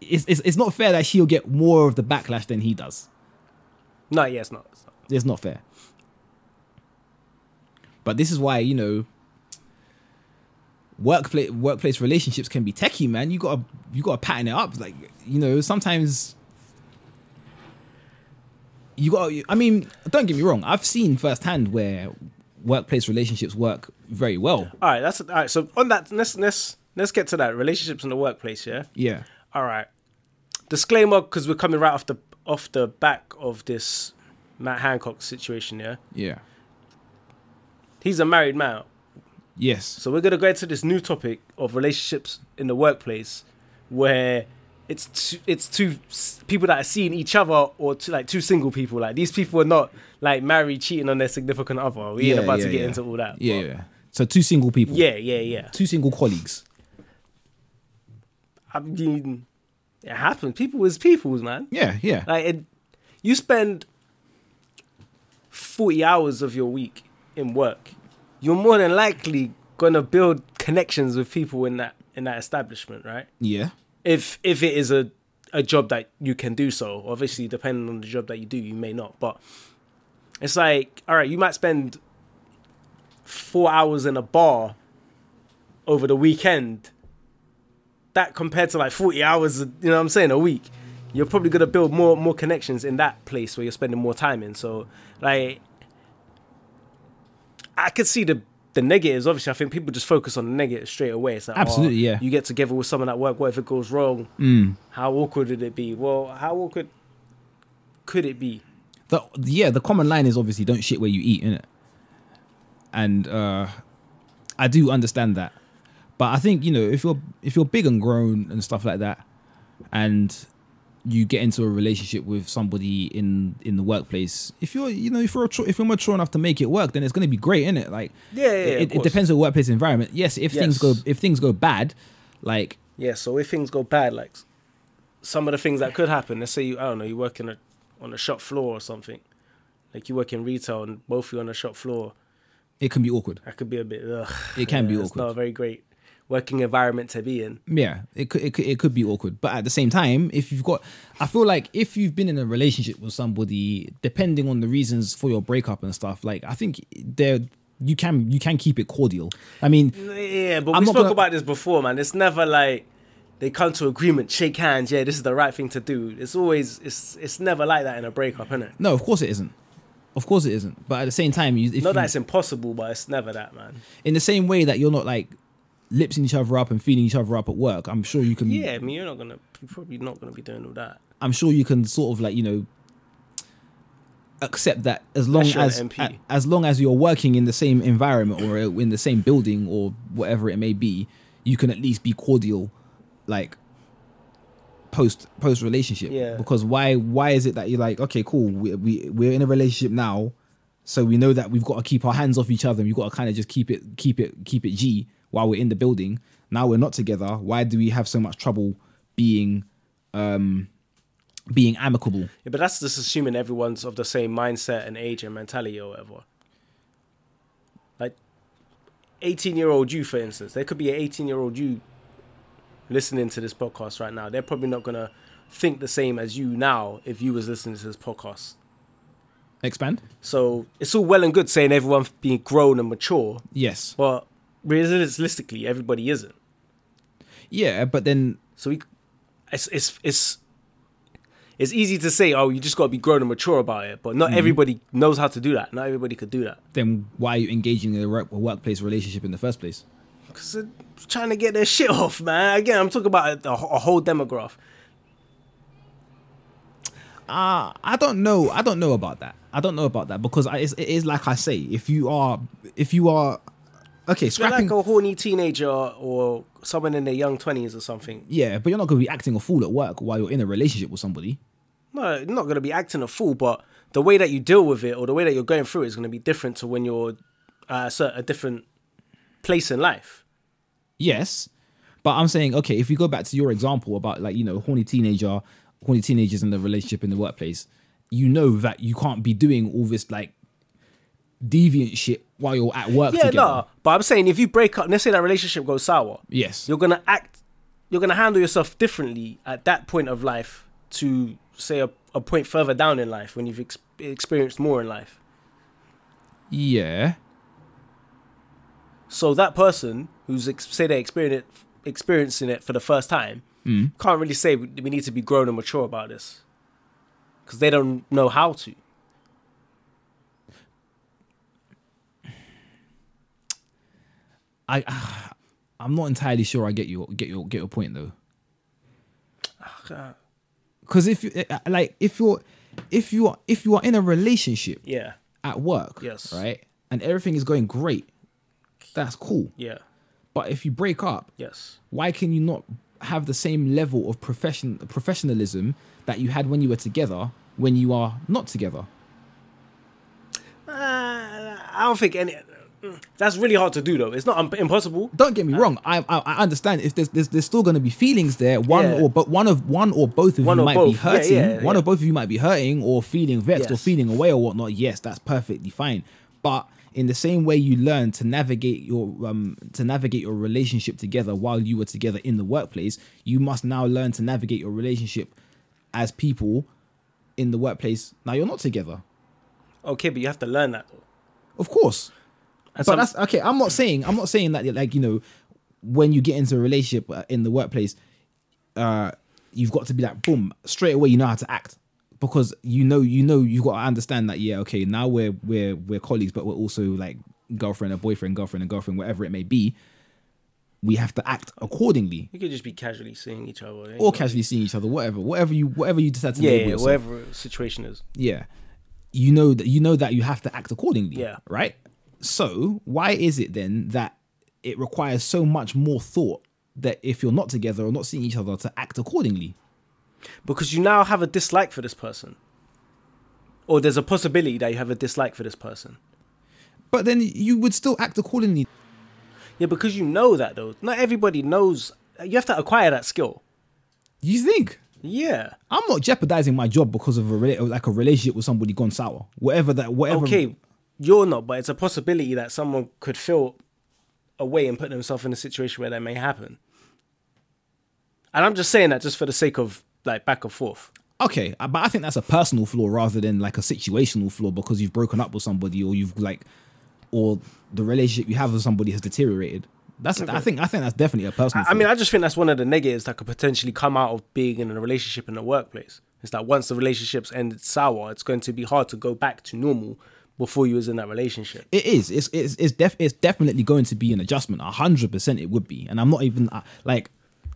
it's it's, it's not fair that she'll get more of the backlash than he does. No, yeah, it's not. It's not. It's not fair. But this is why you know. Workplace workplace relationships can be techie, man. You gotta you gotta pattern it up. Like you know, sometimes you got to i mean don't get me wrong i've seen firsthand where workplace relationships work very well All right, that's all right. So on that, let's let's let's get to that relationships in the workplace. Yeah. yeah All right. Disclaimer, because we're coming right off the off the back of this Matt Hancock situation. Yeah. yeah He's a married man. yes So we're gonna go into this new topic of relationships in the workplace, where it's two, it's two s- people that are seeing each other or two, like two single people. Like these people are not like married, cheating on their significant other. We ain't Yeah, about yeah, to get yeah. into all that. Yeah, but- yeah. So two single people. yeah, yeah, yeah. Two single colleagues. I mean, it happens. People is peoples, man. Yeah, yeah. Like it, you spend forty hours of your week in work. You're more than likely gonna build connections with people in that in that establishment, right? yeah. if if it is a a job that you can do so obviously depending on the job that you do you may not but it's like all right you might spend four hours in a bar over the weekend that compared to like 40 hours you know what i'm saying a week you're probably going to build more more connections in that place where you're spending more time in so like i could see the the negatives obviously i think people just focus on the negative straight away it's like oh, Absolutely, yeah. Mm. you get together with someone at work what if it goes wrong how awkward would it be well how awkward could it be The yeah, the common line is obviously don't shit where you eat, innit? And uh I do understand that. But I think, you know, if you're if you're big and grown and stuff like that, and you get into a relationship with somebody in in the workplace if you're you know if you're tr- if you're mature enough to make it work then it's going to be great isn't it like Yeah, yeah, yeah, of it, it course. depends on the workplace environment yes if things go Yes. if things go bad like Yeah, so if things go bad, like s- some of the things that could happen, let's say you, I don't know, you work in a, on a shop floor or something, like you work in retail and both of you on the shop floor, it can be awkward that could be a bit, ugh. It can be It's not awkward. a very great working environment to be in. yeah it could, it could it could be awkward but at the same time if you've got i feel like if you've been in a relationship with somebody depending on the reasons for your breakup and stuff like i think there you can you can keep it cordial i mean Yeah, but I'm we not spoke gonna- about this before, man. It's never like they come to agreement, shake hands, yeah, this is the right thing to do. It's always, it's it's never like that in a breakup, innit? no of course it isn't of course it isn't but at the same time you, if Not you- Hmm. that it's impossible, but it's never that, man. in the same way that you're not like lipsing each other up and feeding each other up at work i'm sure you can Yeah, I mean, you're not gonna, you're probably not gonna be doing all that. i'm sure you can sort of like you know accept that as long That's your as MP. a- as long as you're working in the same environment or in the same building or whatever it may be you can at least be cordial like post post relationship Yeah. because why why is it that you're like okay cool we, we we're in a relationship now so we know that we've got to keep our hands off each other and we've got to kind of just keep it keep it keep it g while we're in the building now we're not together why do we have so much trouble being um being amicable Yeah, but that's just assuming everyone's of the same mindset and age and mentality or whatever. Like, 18 year old you, for instance, there could be an 18 year old you listening to this podcast right now. They're probably not going to think the same as you now if you was listening to this podcast. expand So it's all well and good saying everyone being grown and mature, yes but realistically, everybody isn't. yeah but then So we, it's it's it's it's easy to say, oh, you just got to be grown and mature about it, but not everybody knows how to do that. Not everybody could do that then why are you engaging in a work, a workplace relationship in the first place because they're trying to get their shit off, man. Again, I'm talking about a, a whole demographic. Uh, I don't know. I don't know about that. I don't know about that because I, it's, it is like I say. If you are, if you are, okay, They're scrapping. like a horny teenager or someone in their young twenties or something. yeah, but you're not going to be acting a fool at work while you're in a relationship with somebody. No, you're not gonna be acting a fool, but the way that you deal with it or the way that you're going through it is gonna be different to when you're uh, so- a different place in life. Yes, but I'm saying okay. If we go back to your example about like you know horny teenager, horny teenagers in the relationship in the workplace, you know that you can't be doing all this like deviant shit while you're at work Yeah, together. no. But I'm saying if you break up, let's say that relationship goes sour. Yes. you're gonna act you're gonna handle yourself differently at that point of life to say a, a point further down in life when you've ex- experienced more in life yeah. so that person who's ex- say they're experiencing it, experiencing it for the first time Mm. can't really say we we need to be grown and mature about this because they don't know how to I, ah, I'm not entirely sure. I get your get your get your point though. Because if you eh, like, if you're if you are if you are in a relationship yeah at work, Yes. right, and everything is going great, that's cool. yeah But if you break up, yes why can you not have the same level of profession professionalism that you had when you were together when you are not together? uh, i don't think any that's really hard to do though it's not um, impossible Don't get me wrong. I I, I understand if there's there's, there's still going to be feelings there. One Yeah. or but one of one or both of One you or might be both. Yeah, hurting. yeah, one yeah. or both of you might be hurting or feeling vexed or Yes. feeling away or whatnot. Yes, that's perfectly fine. But in the same way you learn to navigate your um to navigate your relationship together while you were together in the workplace, you must now learn to navigate your relationship as people in the workplace. Now you're not together, okay but you have to learn that though of course and but some- that's okay. I'm not saying I'm not saying that like you know when you get into a relationship uh, in the workplace, uh, you've got to be like boom straight away. You know how to act because you know you know you've got to understand that yeah okay now we're we're we're colleagues but we're also like girlfriend or boyfriend girlfriend and girlfriend whatever it may be. We have to act accordingly you could just be casually seeing each other eh? or casually seeing each other whatever whatever you whatever you decide to yeah, label yeah yourself. whatever situation is. yeah you know that you know that you have to act accordingly Yeah. right so why is it then that it requires so much more thought that if you're not together or not seeing each other to act accordingly because you now have a dislike for this person, or there's a possibility that you have a dislike for this person. But then you would still act accordingly. Yeah, because you know that though. Not everybody knows. You have to acquire that skill. You think? Yeah. I'm not jeopardizing my job because of a rela- like a relationship with somebody gone sour. Whatever that, whatever. Okay, you're not, but it's a possibility that someone could feel a way and put themselves in a situation where that may happen. And I'm just saying that just for the sake of like back and forth. Okay, uh, but I think that's a personal flaw rather than like a situational flaw because you've broken up with somebody or you've like, or the relationship you have with somebody has deteriorated. That's I think I think that's definitely a personal. I flaw. mean, I just think that's one of the negatives that could potentially come out of being in a relationship in the workplace. It's that once the relationship's ended sour, it's going to be hard to go back to normal before you was in that relationship. It is. It's it's it's, def- it's definitely going to be an adjustment. A hundred percent, it would be. And I'm not even uh, like,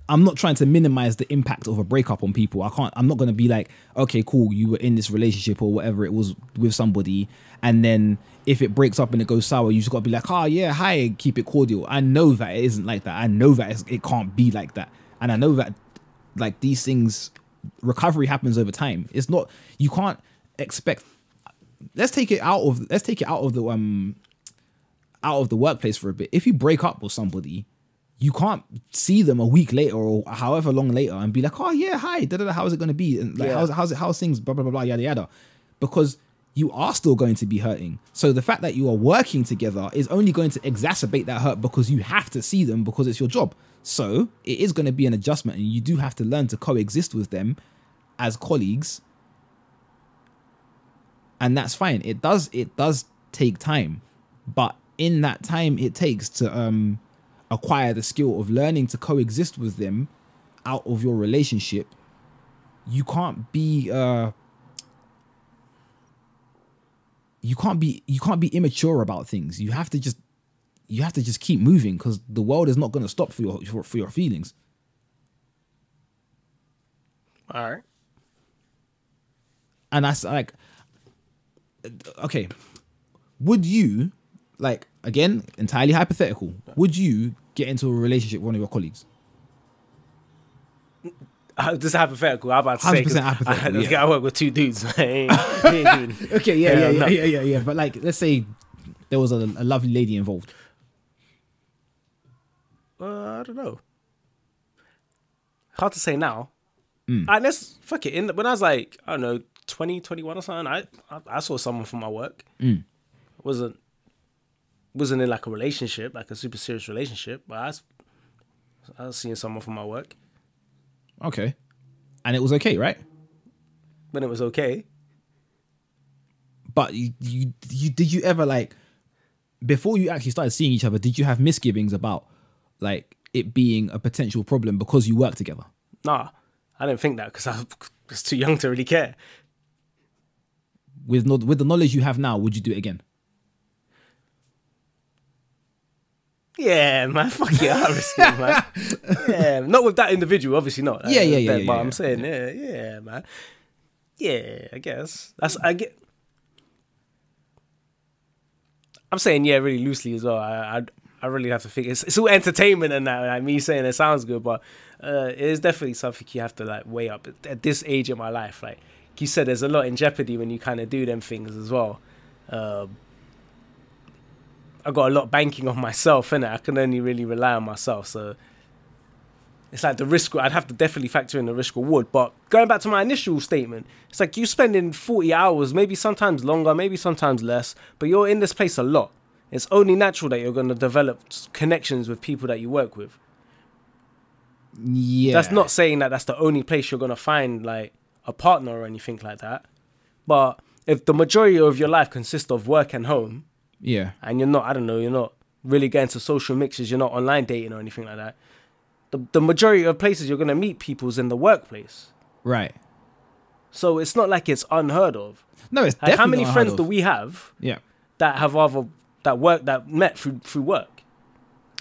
I'm not trying to minimize the impact of a breakup on people. I can't. I'm not going to be like, okay, cool, you were in this relationship or whatever it was with somebody, and then if it breaks up and it goes sour, you just got to be like, ah, yeah, hi, keep it cordial. I know that it isn't like that. I know that it's, it can't be like that, and I know that like these things, recovery happens over time. It's not. You can't expect let's take it out of let's take it out of the um out of the workplace for a bit. If you break up with somebody, you can't see them a week later or however long later and be like, oh yeah, hi, da da da, how's it gonna be? And like Yeah. how's how's it how's things blah blah blah blah yada yada. Because you are still going to be hurting. So the fact that you are working together is only going to exacerbate that hurt because you have to see them because it's your job. So it is going to be an adjustment and you do have to learn to coexist with them as colleagues and that's fine it does it does take time but in that time it takes to um acquire the skill of learning to coexist with them out of your relationship you can't be uh you can't be you can't be immature about things you have to just you have to just keep moving because the world is not going to stop for your for, for your feelings All right. and that's like okay would you like again entirely hypothetical would you get into a relationship with one of your colleagues Uh, This is hypothetical. I'm about to say 'cause 100% hypothetical, I, yeah. I work with two dudes. I ain't- I ain't doing it. okay yeah, yeah, yeah yeah yeah but like let's say there was a, a lovely lady involved Uh, I don't know. Hard to say now. And let's fuck it. In when I was like, I don't know, 20, 21 or something, I I, I saw someone from my work. wasn't wasn't in like a relationship, like a super serious relationship, but I was, I was seeing someone from my work. okay and it was okay right When it was okay, but you, you, you did you ever like before you actually started seeing each other did you have misgivings about like it being a potential problem because you work together nah, I didn't think that because I was too young to really care. with no, with the knowledge you have now would you do it again Yeah, man, fuck it, I risk it, man. Yeah, not with that individual, obviously not. Yeah, yeah, yeah, But yeah, but yeah, I'm saying, yeah, yeah, man. Yeah, I guess that's I get. I'm saying yeah, really loosely as well. I I, I really have to think. It's, it's all entertainment and that. Like me saying it sounds good, but uh, it is definitely something you have to like weigh up at, at this age of my life. Like you said, there's a lot in jeopardy when you kind of do them things as well. Um, I got a lot banking on myself, innit? I can only really rely on myself, so it's like the risk. I'd have to definitely factor in the risk reward. But going back to my initial statement, it's like you spending forty hours, maybe sometimes longer, maybe sometimes less, but you're in this place a lot. It's only natural that you're going to develop s- connections with people that you work with. yeah That's not saying that that's the only place you're going to find like a partner or anything like that. But if the majority of your life consists of work and home, yeah and you're not, I don't know, you're not really getting to social mixes, you're not online dating or anything like that, the, the majority of places you're going to meet people's in the workplace. right So it's not like it's unheard of. no it's Like, definitely how many not friends unheard do of. we have yeah that have other that work that met through through work?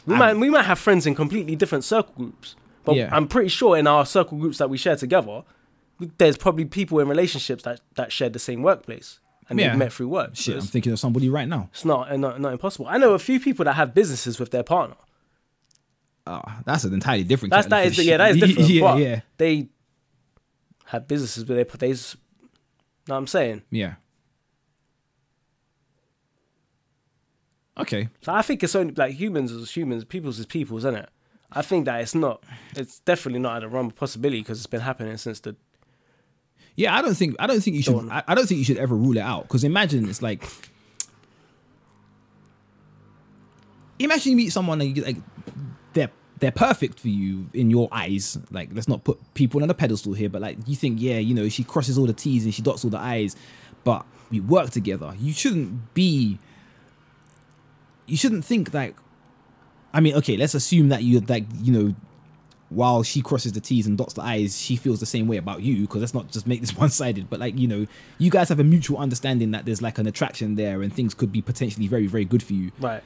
We I'm- might we might have friends in completely different circle groups, but Yeah. I'm pretty sure in our circle groups that we share together, there's probably people in relationships that that shared the same workplace and Yeah. they've met through work. So Shit, I'm it's, thinking of somebody right now. it's not, not not impossible. I know a few people that have businesses with their partner. Oh, that's an entirely different. That's kettle that of is the, fish. yeah that is different. yeah, but yeah. They have businesses, but they put they. s- Know what I'm saying? Yeah. Okay. So I think it's only like humans is humans, peoples is peoples, isn't it? I think that it's not. It's definitely not at a realm of possibility because it's been happening since the. Yeah, I don't think I don't think you should Don't. I, I don't think you should ever rule it out because imagine it's like imagine you meet someone and you, like they're they're perfect for you in your eyes. Like let's not put people on a pedestal here, but like you think yeah, you know she crosses all the T's and she dots all the I's, but we work together. You shouldn't be. You shouldn't think like, I mean, okay, let's assume that you like you know while she crosses the T's and dots the I's, she feels the same way about you because let's not just make this one sided. But like, you know, you guys have a mutual understanding that there's like an attraction there and things could be potentially very, very good for you. Right.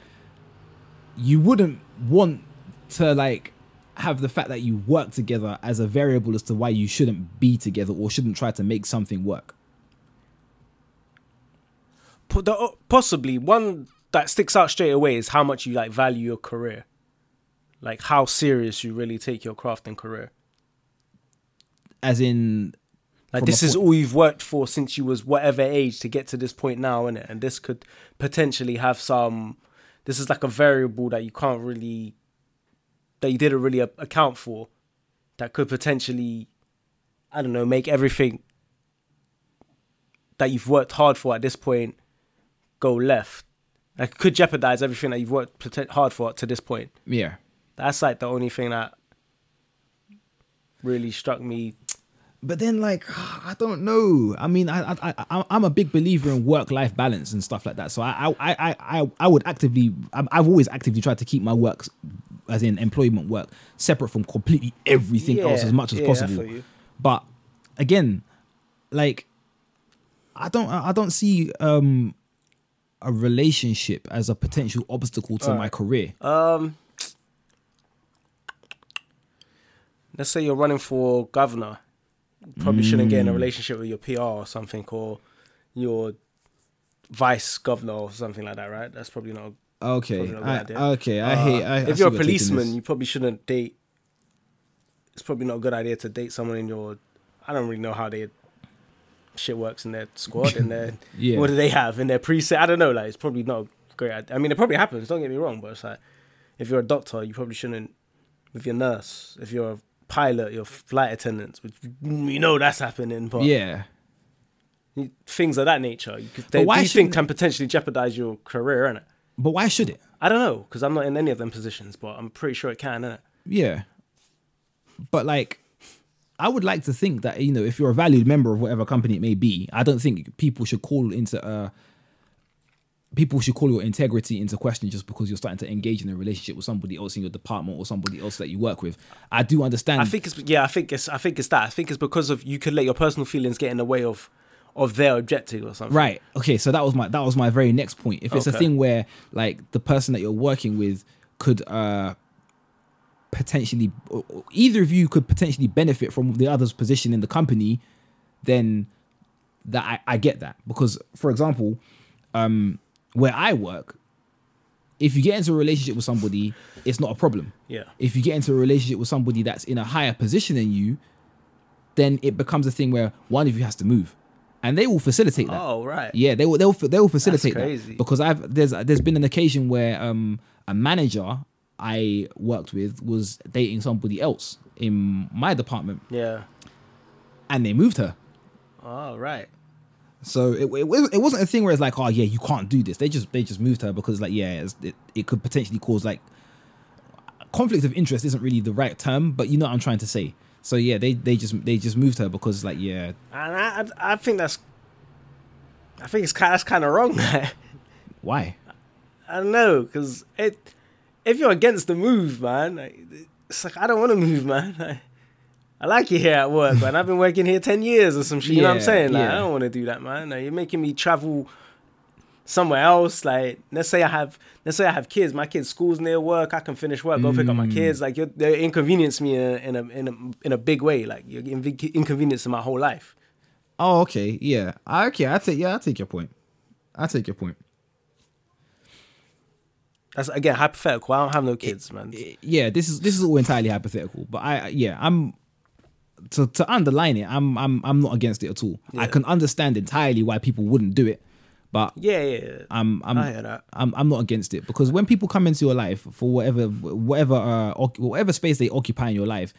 You wouldn't want to like have the fact that you work together as a variable as to why you shouldn't be together or shouldn't try to make something work. Po- the- oh, Possibly one that sticks out straight away is how much you like value your career, like how serious you really take your craft and career. As in, Like From this a is all you've worked for since you was whatever age to get to this point now, innit? And this could potentially have some. This is like a variable that you can't really, that you didn't really a- account for, that could potentially, I don't know, make everything that you've worked hard for at this point go left. Like it could jeopardize everything that you've worked poten- hard for to this point. yeah. That's like the only thing that really struck me. but then like I don't know. I mean, I I- I I I'm a big believer in work life balance and stuff like that. So I I I I, I would actively I'm- I've always actively tried to keep my works as in employment work separate from completely everything else Yeah, as much as yeah, I possible. feel you. But again, like I don't I I don't see um a relationship as a potential obstacle to my career. Uh, let's say you're running for governor, probably shouldn't get in a relationship with your PR or something, or your vice governor or something like that, right? That's probably not. okay. probably not a I, good idea. okay. I Uh, hate I, I if see you're a where taking this. policeman, you probably shouldn't date. It's probably not a good idea to date someone in your. I don't really know how they shit works in their squad and their Yeah. what do they have in their preset? I don't know. Like it's probably not a great. idea. I mean, it probably happens. Don't get me wrong, but it's like if you're a doctor, you probably shouldn't. If you're a nurse, if you're a pilot, your flight attendants, which you know that's happening, but yeah. you- things of that nature, you could, they, why these shouldn't- things can potentially jeopardize your career, innit? But why should it? I don't know because I'm not in any of them positions, but I'm pretty sure it can, innit? Yeah. But like I would like to think that you know if you're a valued member of whatever company it may be, I don't think people should call into uh people should call your integrity into question just because you're starting to engage in a relationship with somebody else in your department or somebody else that you work with. I do understand I think it's yeah. I think it's I think it's that. I think it's because of you could let your personal feelings get in the way of of their objective or something. Right. Okay. So that was my that was my very next point. If it's a Okay. thing where like the person that you're working with could uh potentially or- or either of you could potentially benefit from the other's position in the company, then that I, I get that because for example, um where I work, if you get into a relationship with somebody, it's not a problem. Yeah. If you get into a relationship with somebody that's in a higher position than you, then it becomes a thing where one of you has to move, and they will facilitate that. Oh right. Yeah, they will. They'll they'll facilitate crazy. that because I've there's there's been an occasion where um a manager I worked with was dating somebody else in my department, Yeah. and they moved her. Oh right. So it, it wa- it wasn't a thing where it's like, oh yeah, you can't do this. They just they just moved her because like yeah, it's, it it could potentially cause like conflict of interest isn't really the right term, but you know what I'm trying to say. So yeah, they they just they just moved her because like yeah, And I, I, I think that's, I think it's kind, that's kind of wrong. I why? don't know, because it, if you're against the move, man, like, it's like I don't want to move, man. I, I like you here at work, man. I've been working here ten years or some shit. You know what I'm Yeah, saying? Like, yeah. I don't want to do that, man. Like, you're making me travel somewhere else. Like, let's say I have, let's say I have kids. My kids' school's near work. I can finish work, go pick Mm. up my kids. Like, you're, they inconvenience me in a, in a in a in a big way. Like, you're inv- inconveniencing my whole life. Oh, okay. Yeah. I- Okay. I take. Yeah, I take your point. I take your point. That's again hypothetical. I don't have no kids, man. Yeah. This is this is all entirely hypothetical, but I yeah I'm to, to underline it, I'm I'm I'm not against it at all. I Yeah. can understand entirely why people wouldn't do it, but Yeah, yeah, yeah. I'm I'm I uh, hear that. I'm I'm not against it because when people come into your life for whatever whatever uh oc- whatever space they occupy in your life,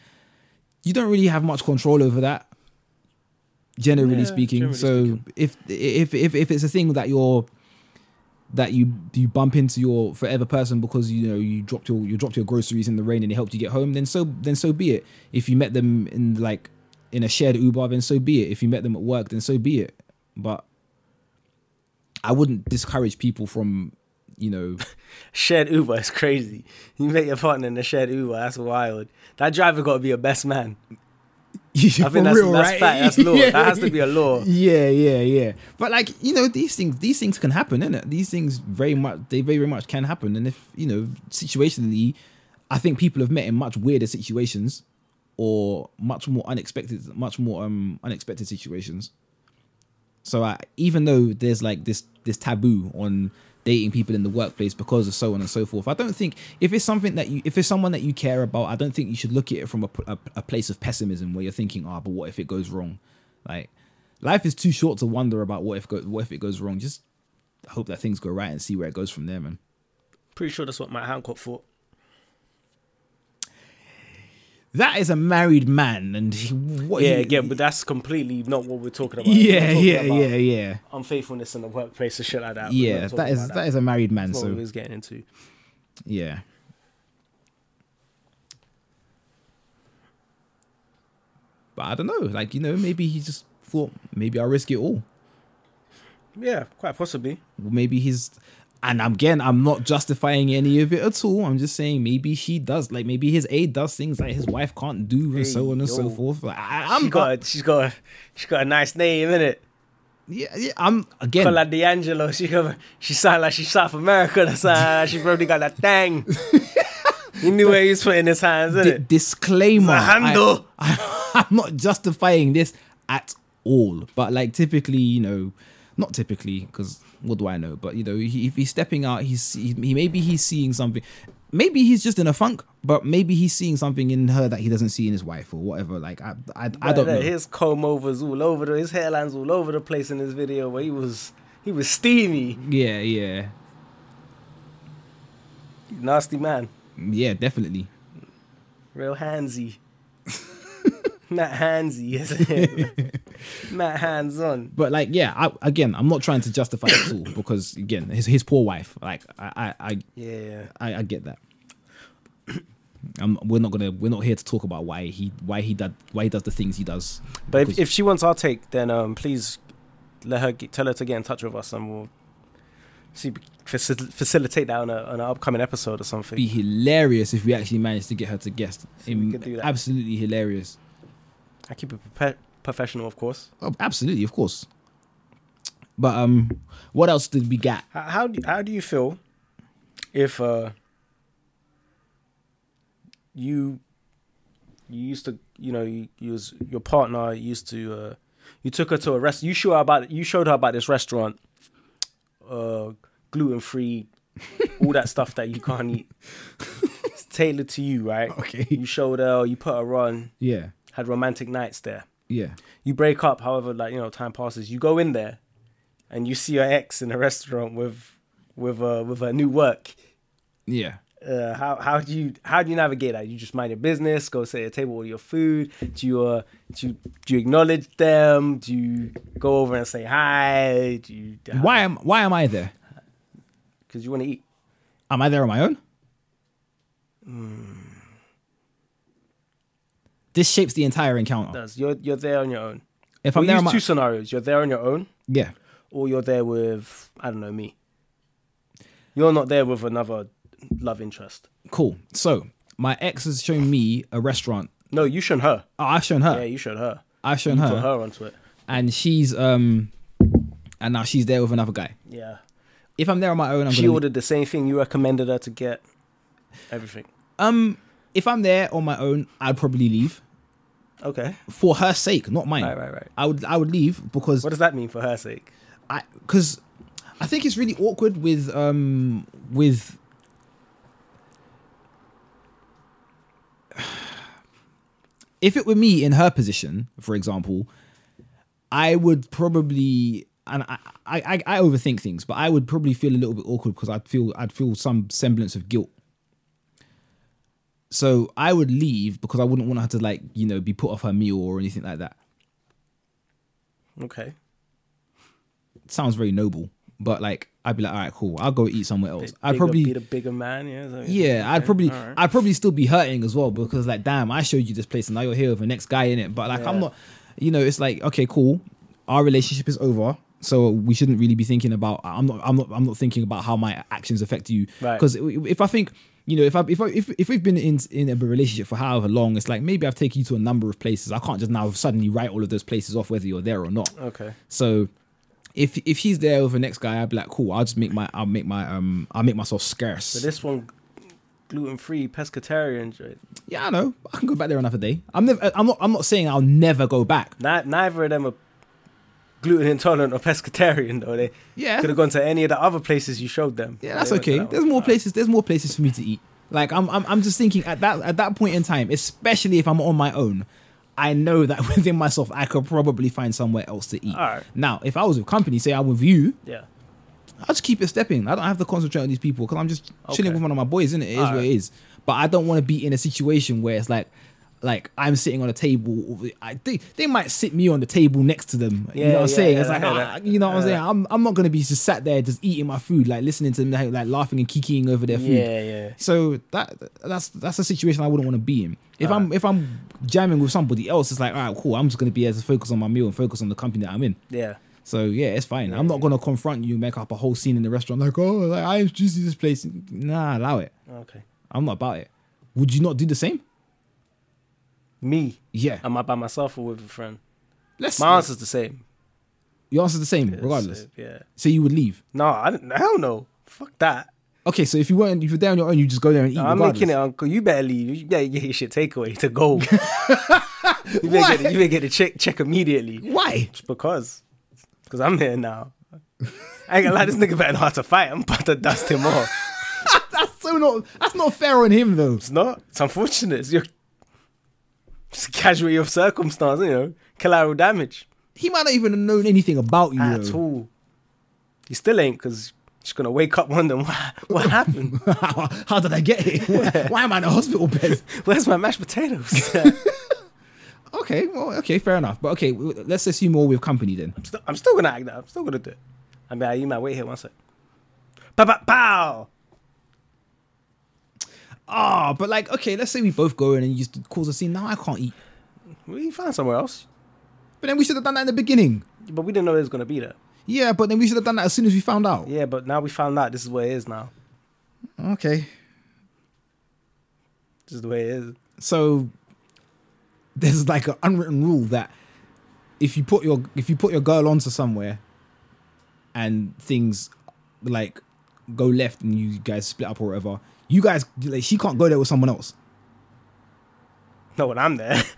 you don't really have much control over that. Generally Yeah, speaking, so generally if if if if it's a thing that you're that you you bump into your forever person because you know you dropped your you dropped your groceries in the rain and it helped you get home, then so then so be it. If you met them in like in a shared Uber, then so be it. If you met them at work, then so be it. But I wouldn't discourage people from, you know, Shared Uber is crazy. You make your partner in a shared Uber, that's wild. That driver got to be your best man. I think that's, that's fact. That's law. That has to be a law. Yeah, yeah, yeah. But like you know, these things, these things can happen, innit? These things very much, they very much can happen. And if you know, situationally, I think people have met in much weirder situations, or much more unexpected, much more um unexpected situations. So I, even though there's like this this taboo on dating people in the workplace because of so on and so forth, I don't think if it's something that you if it's someone that you care about, I don't think you should look at it from a, a, a place of pessimism where you're thinking, ah, but what if it goes wrong? Like life is too short to wonder about what if go, what if it goes wrong. Just hope that things go right and see where it goes from there, man. Pretty sure that's what Matt Hancock thought. That is a married man, and he, what? Yeah, he- yeah, but that's completely not what we're talking about. yeah, We're talking yeah, about yeah, yeah, Unfaithfulness in the workplace and shit like that. We're yeah. not That talking is about that is a married man. That's what we So was getting into. yeah. But I don't know. Like you know, maybe he just thought maybe I'll risk it all. Yeah, quite possibly. maybe he's and again i'm not justifying any of it at all i'm just saying maybe he does like maybe his aide does things that his wife can't do and so on and so yo. forth like, I, She i'm got, a, she's got, a, she's got a nice name, innit? yeah, yeah i'm again Call her D'Angelo. She got, she sound like she's South American. That's uh, she probably got that thing. he knew where he was putting his hands, di- innit? disclaimer The handle. I, am not justifying this at all but like typically you know not typically because what do i know but you know he, if he's stepping out he's he, he- maybe he's seeing something maybe he's just in a funk but maybe he's seeing something in her that he doesn't see in his wife or whatever like i i, I don't Like know that, His comb overs all over the, his hairline's all over the place in this video where he was, he was steamy, Yeah, yeah, nasty man, yeah, definitely. real handsy. Not handsy, is it? Not hands on. But like, yeah, I, again, I'm not trying to justify it at all because again, his his poor wife. Like, I I Yeah. I, I get that. Um, we're not gonna we're not here to talk about why he why he did why he does the things he does. But Because- if, if she wants our take, then um, please let her get, tell her to get in touch with us, and we'll see facil- facilitate that on, a, on an upcoming episode or something. be hilarious if we actually managed to get her to guest. we could do that. Absolutely hilarious. I keep it prope- professional, of course. Oh, absolutely, of course. But um, what else did we get? How, how do how do you feel if uh, you you used to you know you, you was, your partner used to uh, you took her to a rest you showed her about you showed her about this restaurant uh, gluten free all that stuff that you can't eat it's tailored to you right Okay. you showed her you put her on Yeah, had romantic nights there yeah, you break up however like you know time passes you go in there and you see your ex in a restaurant with with uh with her new work yeah. uh how how do you how do you navigate that you just mind your business go sit at a table with your food do you uh do you, do you acknowledge them do you go over and say hi do you Why am why am I there? because you want to eat Am I there on my own? Hmm. This shapes the entire encounter. does you're you're there on your own if we I'm there use on my two scenarios you're there on your own yeah, or you're there with i don't know me you're not there with another love interest cool. So my ex has shown me a restaurant. no you shouldn't her Oh, I've shown her. yeah you should her I've shown her, put her onto it. and she's um, and now she's there with another guy. Yeah. If I'm there on my own, I'm She gonna ordered the same thing you recommended her to get. Everything. um. If I'm there on my own, I'd probably leave Okay. for her sake, not mine. Right, right, right. I would I would leave because What does that mean for her sake? I because I think it's really awkward with um with if it were me in her position, for example, I would probably and I, I, I, I overthink things, but I would probably feel a little bit awkward because I'd feel I'd feel some semblance of guilt. So I would leave because I wouldn't want her to like you know be put off her meal or anything like that. Okay. sounds very noble, but like I'd be like, all right, cool, I'll go eat somewhere else. I'd Bigger- probably be the bigger man. Yeah. is that what you're Yeah, saying? I'd Okay, probably all right. I'd probably still be hurting as well because like damn, I showed you this place and now you're here with the next guy in it. But like I'm Yeah. not you know, it's like, okay, cool. Our relationship is over. So we shouldn't really be thinking about I'm not I'm not I'm not thinking about how my actions affect you. Right. Because if I think you know, if I if I, if if we've been in in a relationship for however long, it's like maybe I've taken you to a number of places. I can't just now suddenly write all of those places off whether you're there or not. Okay. So if if she's there with the next guy, I'd be like, cool. I'll just make my I'll make my um I'll make myself scarce. But this one, gluten free, pescatarian. right? Yeah, I know. I can go back there another day. I'm never. I'm not. I'm not saying I'll never go back. Ni- neither of them are gluten intolerant or pescatarian though. They Yeah. could have gone to any of the other places you showed them. Yeah, They that's went to okay. that one. There's more places. There's more places for me to eat. Like I'm. I'm. I'm just thinking at that. At that point in time, especially if I'm on my own, I know that within myself I could probably find somewhere else to eat. Alright. Now, if I was with company, say I'm with you, Yeah. I just keep it stepping. I don't have to concentrate on these people because I'm just chilling Okay. with one of my boys, innit? It is what Alright. it is. But I don't want to be in a situation where it's like, like I'm sitting on a table. I they, they might sit me on the table next to them. you know Yeah, what I'm yeah, saying? yeah, it's I like, hear ah, that. you know what I'm Yeah. saying? I'm, I'm not gonna be just sat there just eating my food, like listening to them like, like laughing and kikiing over their food. Yeah, yeah. So that that's that's a situation I wouldn't want to be in. If I'm if I'm jamming with somebody else, it's like, all right, cool. I'm just gonna be as focused on my meal and focus on the company that I'm in. Yeah. So yeah, it's fine. I'm not gonna confront you and make up a whole scene in the restaurant like, oh, like, I introduced you to this place. Nah, allow it. Okay. I'm not about it. Would you not do the same? Me. Yeah. Am I by myself or with a friend? Let's. Um, My answer's the same. your answer's the same, It's, regardless. uh, yeah. So you would leave. No, I don't, hell no. Fuck that. Okay, so if you weren't, if you're there on your own, you just go there and eat. I'm regardless. making it, Uncle. You better leave. You better get your shit takeaway to go. you, better Why? get, the- you better get the check check immediately. Why? Just because, because I'm here now. I ain't gonna lie, this nigga better know how to fight. I'm about to dust him off. That's so not. That's not fair on him though. It's not. It's unfortunate. It's your just a casualty of circumstance. You know, collateral damage He might not even have known anything about you. at though. all. You still ain't, because just gonna wake up one day. and, What, what happened? How did I get here? Why, why am I in a hospital bed? Where's my mashed potatoes? Okay, well, okay, fair enough. But okay, w- let's assume all with company then. Still- I'm still gonna act that. I'm still gonna do it. I mean, I, you might wait here one sec. Pow, pow, pow. Ah, but like, okay, let's say we both go in and you just cause a scene. Now I can't eat. We found somewhere else, But then we should have done that in the beginning. but we didn't know it was gonna be there. Yeah, but then we should have done that as soon as we found out. Yeah, but now we found out. This is where it is now. Okay. This is the way it is. So there's like an unwritten rule that if you put your if you put your girl onto somewhere and things like go left and you guys split up or whatever, you guys like she can't go there with someone else. No, when I'm there,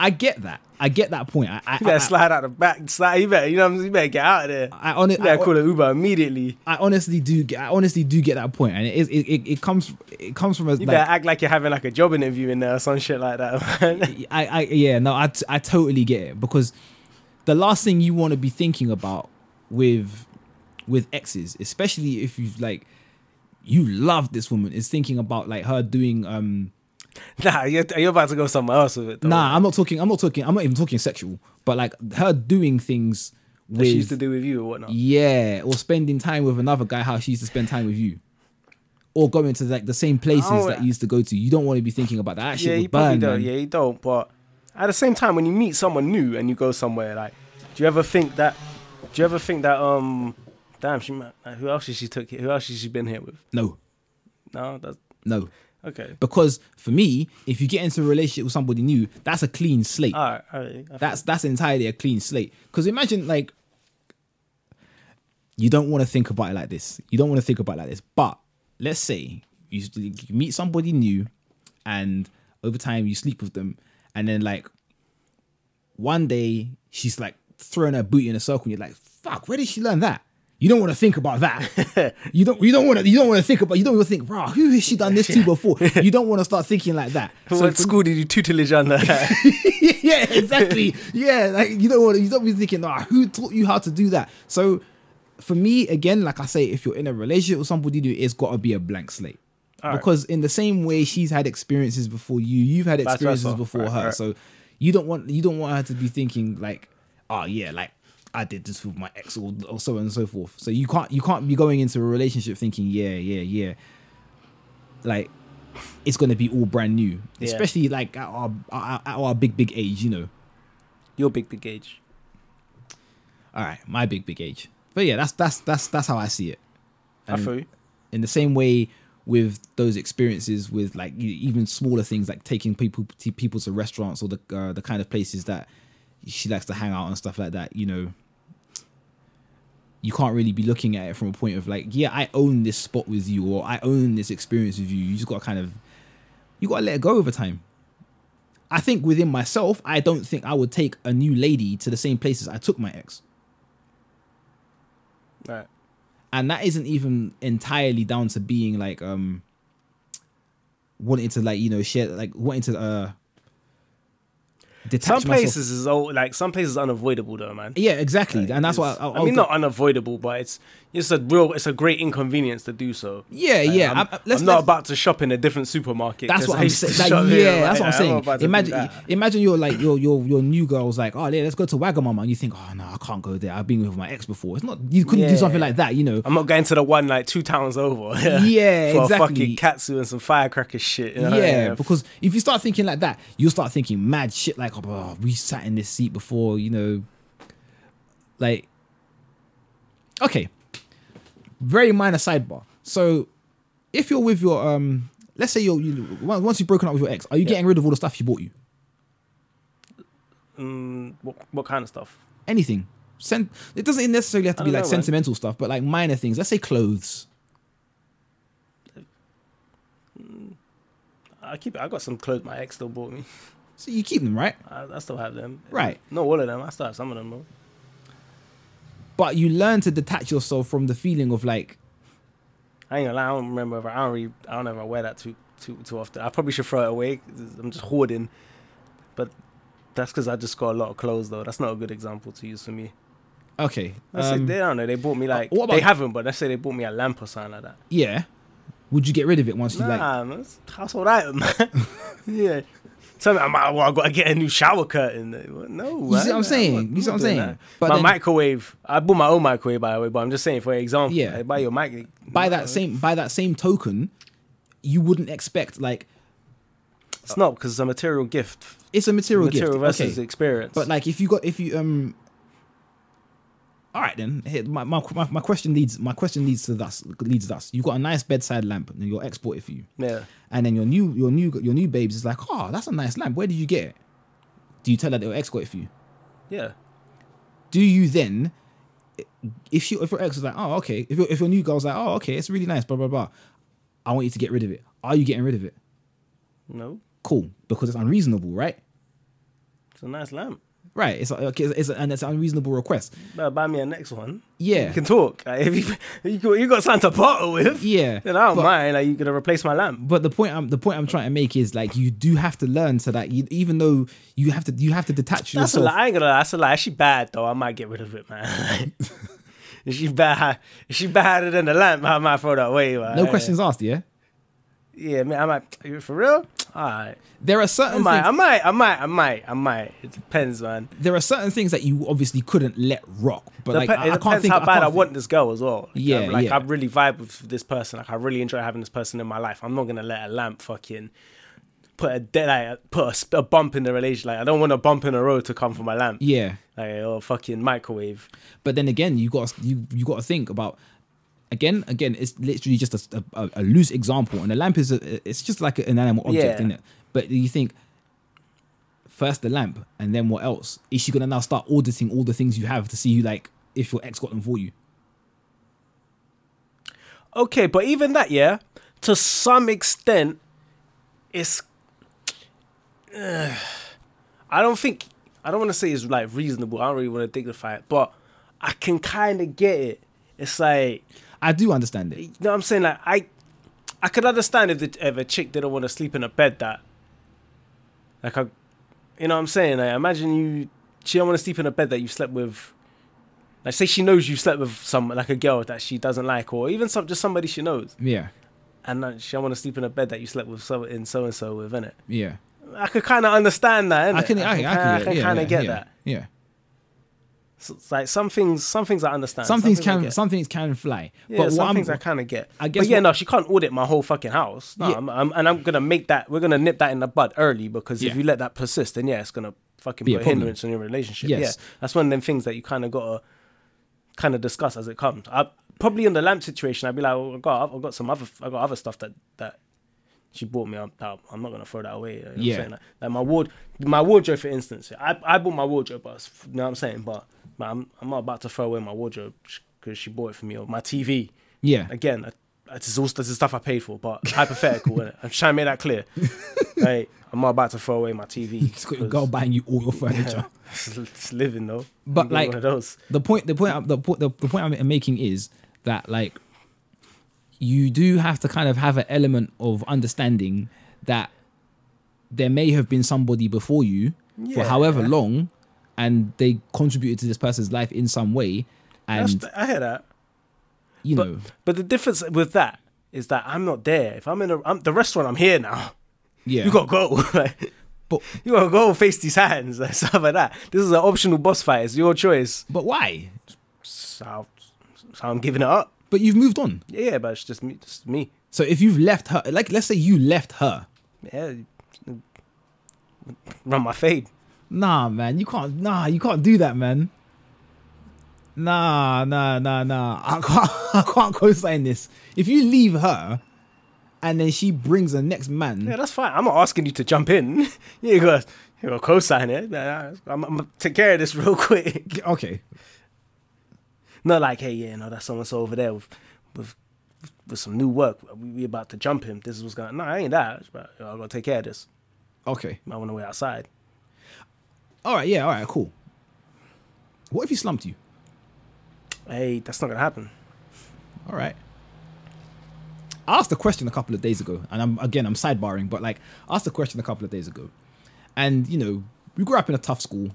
I get that. I get that point. I I, I, you better slide out the back. Slide. You better. You know what I'm saying. You better get out of there. I, I, hon- You better I- call an Uber immediately. I honestly do. get- I honestly do get that point, and it is. It, it, it comes. It comes from a. You like, better act like you're having like a job interview in there or some shit like that. man. I, I yeah no I, t- I totally get it because the last thing you want to be thinking about with with exes especially if you've like you love this woman is thinking about like her doing um nah, you're, you're about to go somewhere else with it. Though. nah I'm not talking I'm not talking I'm not even talking sexual but like her doing things that she used with to do with you or whatnot. yeah or spending time with another guy how she used to spend time with you or going to like the same places Oh, that you used to go to you don't want to be thinking about that, that shit yeah, would you probably burn, don't. man. Yeah, you don't. But at the same time, when you meet someone new and you go somewhere, like, do you ever think that? Do you ever think that? Um, damn, she. might- Like, who else has she took? Here? Who else has she been here with? no No, that's no okay. Because for me, if you get into a relationship with somebody new, that's a clean slate. All right, all right. I- that's that's entirely a clean slate. Because imagine like you don't want to think about it like this. You don't want to think about it like this. But let's say you, s- you meet somebody new, and over time you sleep with them, and then like one day she's like throwing her booty in a circle, and you're like, "Fuck, where did she learn that?" You don't want to think about that. you don't. You don't want to. You don't want to think about. You don't want to think, bro. Who has she done this to before? You don't want to start thinking like that. So what for- school did you tutelage under? yeah, exactly. Yeah, like you don't want. You don't be thinking, ah, who taught you how to do that? So, for me, again, like I say, if you're in a relationship with somebody new, it's got to be a blank slate. right. Because in the same way she's had experiences before you, you've had experiences versa. before Right, her. right. So you don't want you don't want her to be thinking like, oh yeah, like I did this with my ex or, or so on and so forth. So you can't you can't be going into a relationship thinking yeah yeah yeah, like it's gonna be all brand new, Yeah. especially like at our at at our big big age, you know. Your big big age. All right, my big big age. But yeah, that's that's that's that's how I see it. I feel you. in the same way with those experiences with like e- even smaller things like taking people t- people to restaurants or the uh, the kind of places that she likes to hang out and stuff like that you know you can't really be looking at it from a point of like yeah i own this spot with you or i own this experience with you you just gotta kind of you gotta let it go over time i think within myself i don't think i would take a new lady to the same places i took my ex All right. and that isn't even entirely down to being like um wanting to like you know share like wanting to uh detach Some myself. places is all like some places is unavoidable though, man. yeah exactly and that's why It's- I, oh, I, I mean, not unavoidable, but it's it's a real it's a great inconvenience to do so. yeah yeah I'm, I'm, let's, I'm not let's- about to shop in a different supermarket. that's 'cause what I I'm used to saying. shop Like, here, yeah, that's what like, I'm I'm saying. not about to do imagine, that. imagine you're like your your your new girl's like, oh yeah, let's go to Wagamama, and you think, oh no, I can't go there. I've been with my ex before. It's not you couldn't do Yeah. something like that, you know. I'm not going to the one like two towns over. Yeah, for a exactly. fucking katsu and some firecracker shit. you know? yeah, because if you start thinking like that, you'll start thinking mad shit like, oh, we sat in this seat before, you know. Like, okay, very minor sidebar. So, if you're with your um, let's say you're you, on- once you've broken up with your ex, are you getting rid of all the stuff she bought you? Mm, what, what kind of stuff? Anything? Sen- it doesn't necessarily have to I be don't like know, man. sentimental stuff, but like minor things. Let's say clothes. I keep. I got some clothes my ex still bought me. So you keep them, right? I, I still have them. Right. Not all of them. I still have some of them. Though. But you learn to detach yourself from the feeling of like, I ain't gonna lie. I don't remember. If I, I don't. Really, I don't ever wear that too too too often. I probably should throw it away. 'cause I'm just hoarding. But that's because I just got a lot of clothes though. That's not a good example to use for me. okay, That's it. um, They don't know. They bought me like. what about- they haven't, but let's say they bought me a lamp or something like that. yeah. Would you get rid of it once you like? Nah, man, it's household item, man. yeah. Tell me, I'm, well, I gotta get a new shower curtain. No, You see what I'm saying? not- You see what I'm not doing saying? that. But my then- microwave. I bought my own microwave, by the way. But I'm just saying, for example, Yeah. yeah, buy your mic. by No, that same by that same token, you wouldn't expect like it's not because it's a material gift. it's a material, Material gift, versus okay. experience. But like if you got if you um, all right then here, my, my my my question leads my question leads to thus leads thus you got a nice bedside lamp and your ex bought it for you, yeah, and then your new your new your new babes is like oh that's a nice lamp where did you get it? Do you tell her that your ex got it for you? yeah, do you then if she if your ex is like oh okay if your, if your new girl's like oh okay it's really nice blah blah blah i want you to get rid of it are you getting rid of it no, cool because it's unreasonable right it's a nice lamp. right it's like okay it's, it's and it's an unreasonable request Better buy me a next one. yeah You can talk. Like, if you you got, you got something to barter with, yeah then I don't but, mind. Like you gonna replace my lamp? but the point i'm the point i'm trying to make is like you do have to learn to like you, even though you have to you have to detach That's a yourself lie. I ain't gonna lie. That's a lie. Is she bad though? I might get rid of it, man. Is she bad? Is she badder than the lamp? I might throw that away. Man. no questions asked yeah Yeah, man. I might. you for real? All right. there are I certain might. things, I might. I might. I might. I might. It depends, man. there are certain things that you obviously couldn't let rock but like Depe- I, I it can't depends think how bad I, can't think- want this girl as well. Like, Yeah, I'm like yeah. I really vibe with this person. Like I really enjoy having this person in my life. I'm not gonna let a lamp fucking put a dead like, put a, sp- a bump in the relation. Like I don't want a bump in the road to come from my lamp. yeah Like or fucking microwave. But then again, you got you you got to think about again again. It's literally just a, a, a loose example, and a lamp is a, it's just like an animal object, Yeah. isn't it? But you think first the lamp, and then what else? Is she gonna now start auditing all the things you have to see like if your ex got them for you? Okay, but even that, yeah, to some extent, it's. I don't think I don't want to say it's like reasonable. I don't really want to dignify it, but I can kind of get it It's like I do understand it. you know what I'm saying? Like I, I could understand if the, if a chick didn't want to sleep in a bed that, like I, you know what I'm saying? Like imagine you, she don't want to sleep in a bed that you slept with. Like say she knows you slept with some like a girl that she doesn't like, or even some just somebody she knows, Yeah, and like, she don't want to sleep in a bed that you slept with so in so and so with, innit? yeah. I could kind of understand that. Innit? I can, I, I can, kinda- I can yeah, kind yeah, of get yeah, that. Yeah, So it's like some things, some things I understand. some things I can, get. some things can fly. Yeah, but some what things I'm, I kind of get. I guess but yeah, what- no, she can't audit my whole fucking house. No, Yeah. I'm, I'm, and I'm gonna make that. We're gonna nip that in the bud early because Yeah. if you let that persist, then yeah, it's gonna fucking Be a put a problem. hindrance on your relationship. Yes. Yeah, that's one of them things that you kind of gotta kind of discuss as it comes. I probably in the lamp situation, I'd be like, well, I got, I got some other, I got other stuff that that she bought me. I'm, that I'm not gonna throw that away. You know what I'm Yeah. saying? Like, like my ward, my wardrobe, for instance. I, I bought my wardrobe, but you know what I'm saying. But, but I'm, I'm not about to throw away my wardrobe because she bought it for me or my TV yeah, again, I- this is all this is stuff I paid for, but hypothetical. innit? I'm trying to make that clear. like, I'm not about to throw away my TV. it's got your girl buying you all your furniture. It's, it's living though. But, You get like- one of those. the point the point I'm- the, po- the, the point I'm making is that like you do have to kind of have an element of understanding that there may have been somebody before you for however Yeah. long and they contributed to this person's life in some way That's and th- I hear that. you But know but the difference with that is that I'm not there. If I'm in a, I'm, the restaurant, I'm here now. yeah You gotta go. like, but you gotta go face these hands and stuff like that. This is an optional boss fight. It's your choice. but why So, so I'm giving it up. but you've moved on Yeah, but it's just me. Just me. so if you've left her like let's say you left her Yeah. Run my fade. Nah, man, you can't. Nah, you can't do that, man. Nah, nah, nah, nah. I can't. I can't co-sign this. If you leave her, and then she brings the next man, Yeah, that's fine. I'm not asking you to jump in. You ain't gonna, you gonna co-sign it. Nah, nah, I'm, I'm gonna take care of this real quick. okay, Not like, hey, yeah, no, that's someone so over there with, with, with some new work. We, we about to jump him. This is what's going. No, I ain't that. But you know, I'm gonna take care of this. okay, I want to wait outside. all right, yeah, all right, cool. What if he slumped you? Hey, that's not gonna happen. All right. I asked a question a couple of days ago, and I'm again I'm sidebarring, but like I asked a question a couple of days ago, and you know we grew up in a tough school,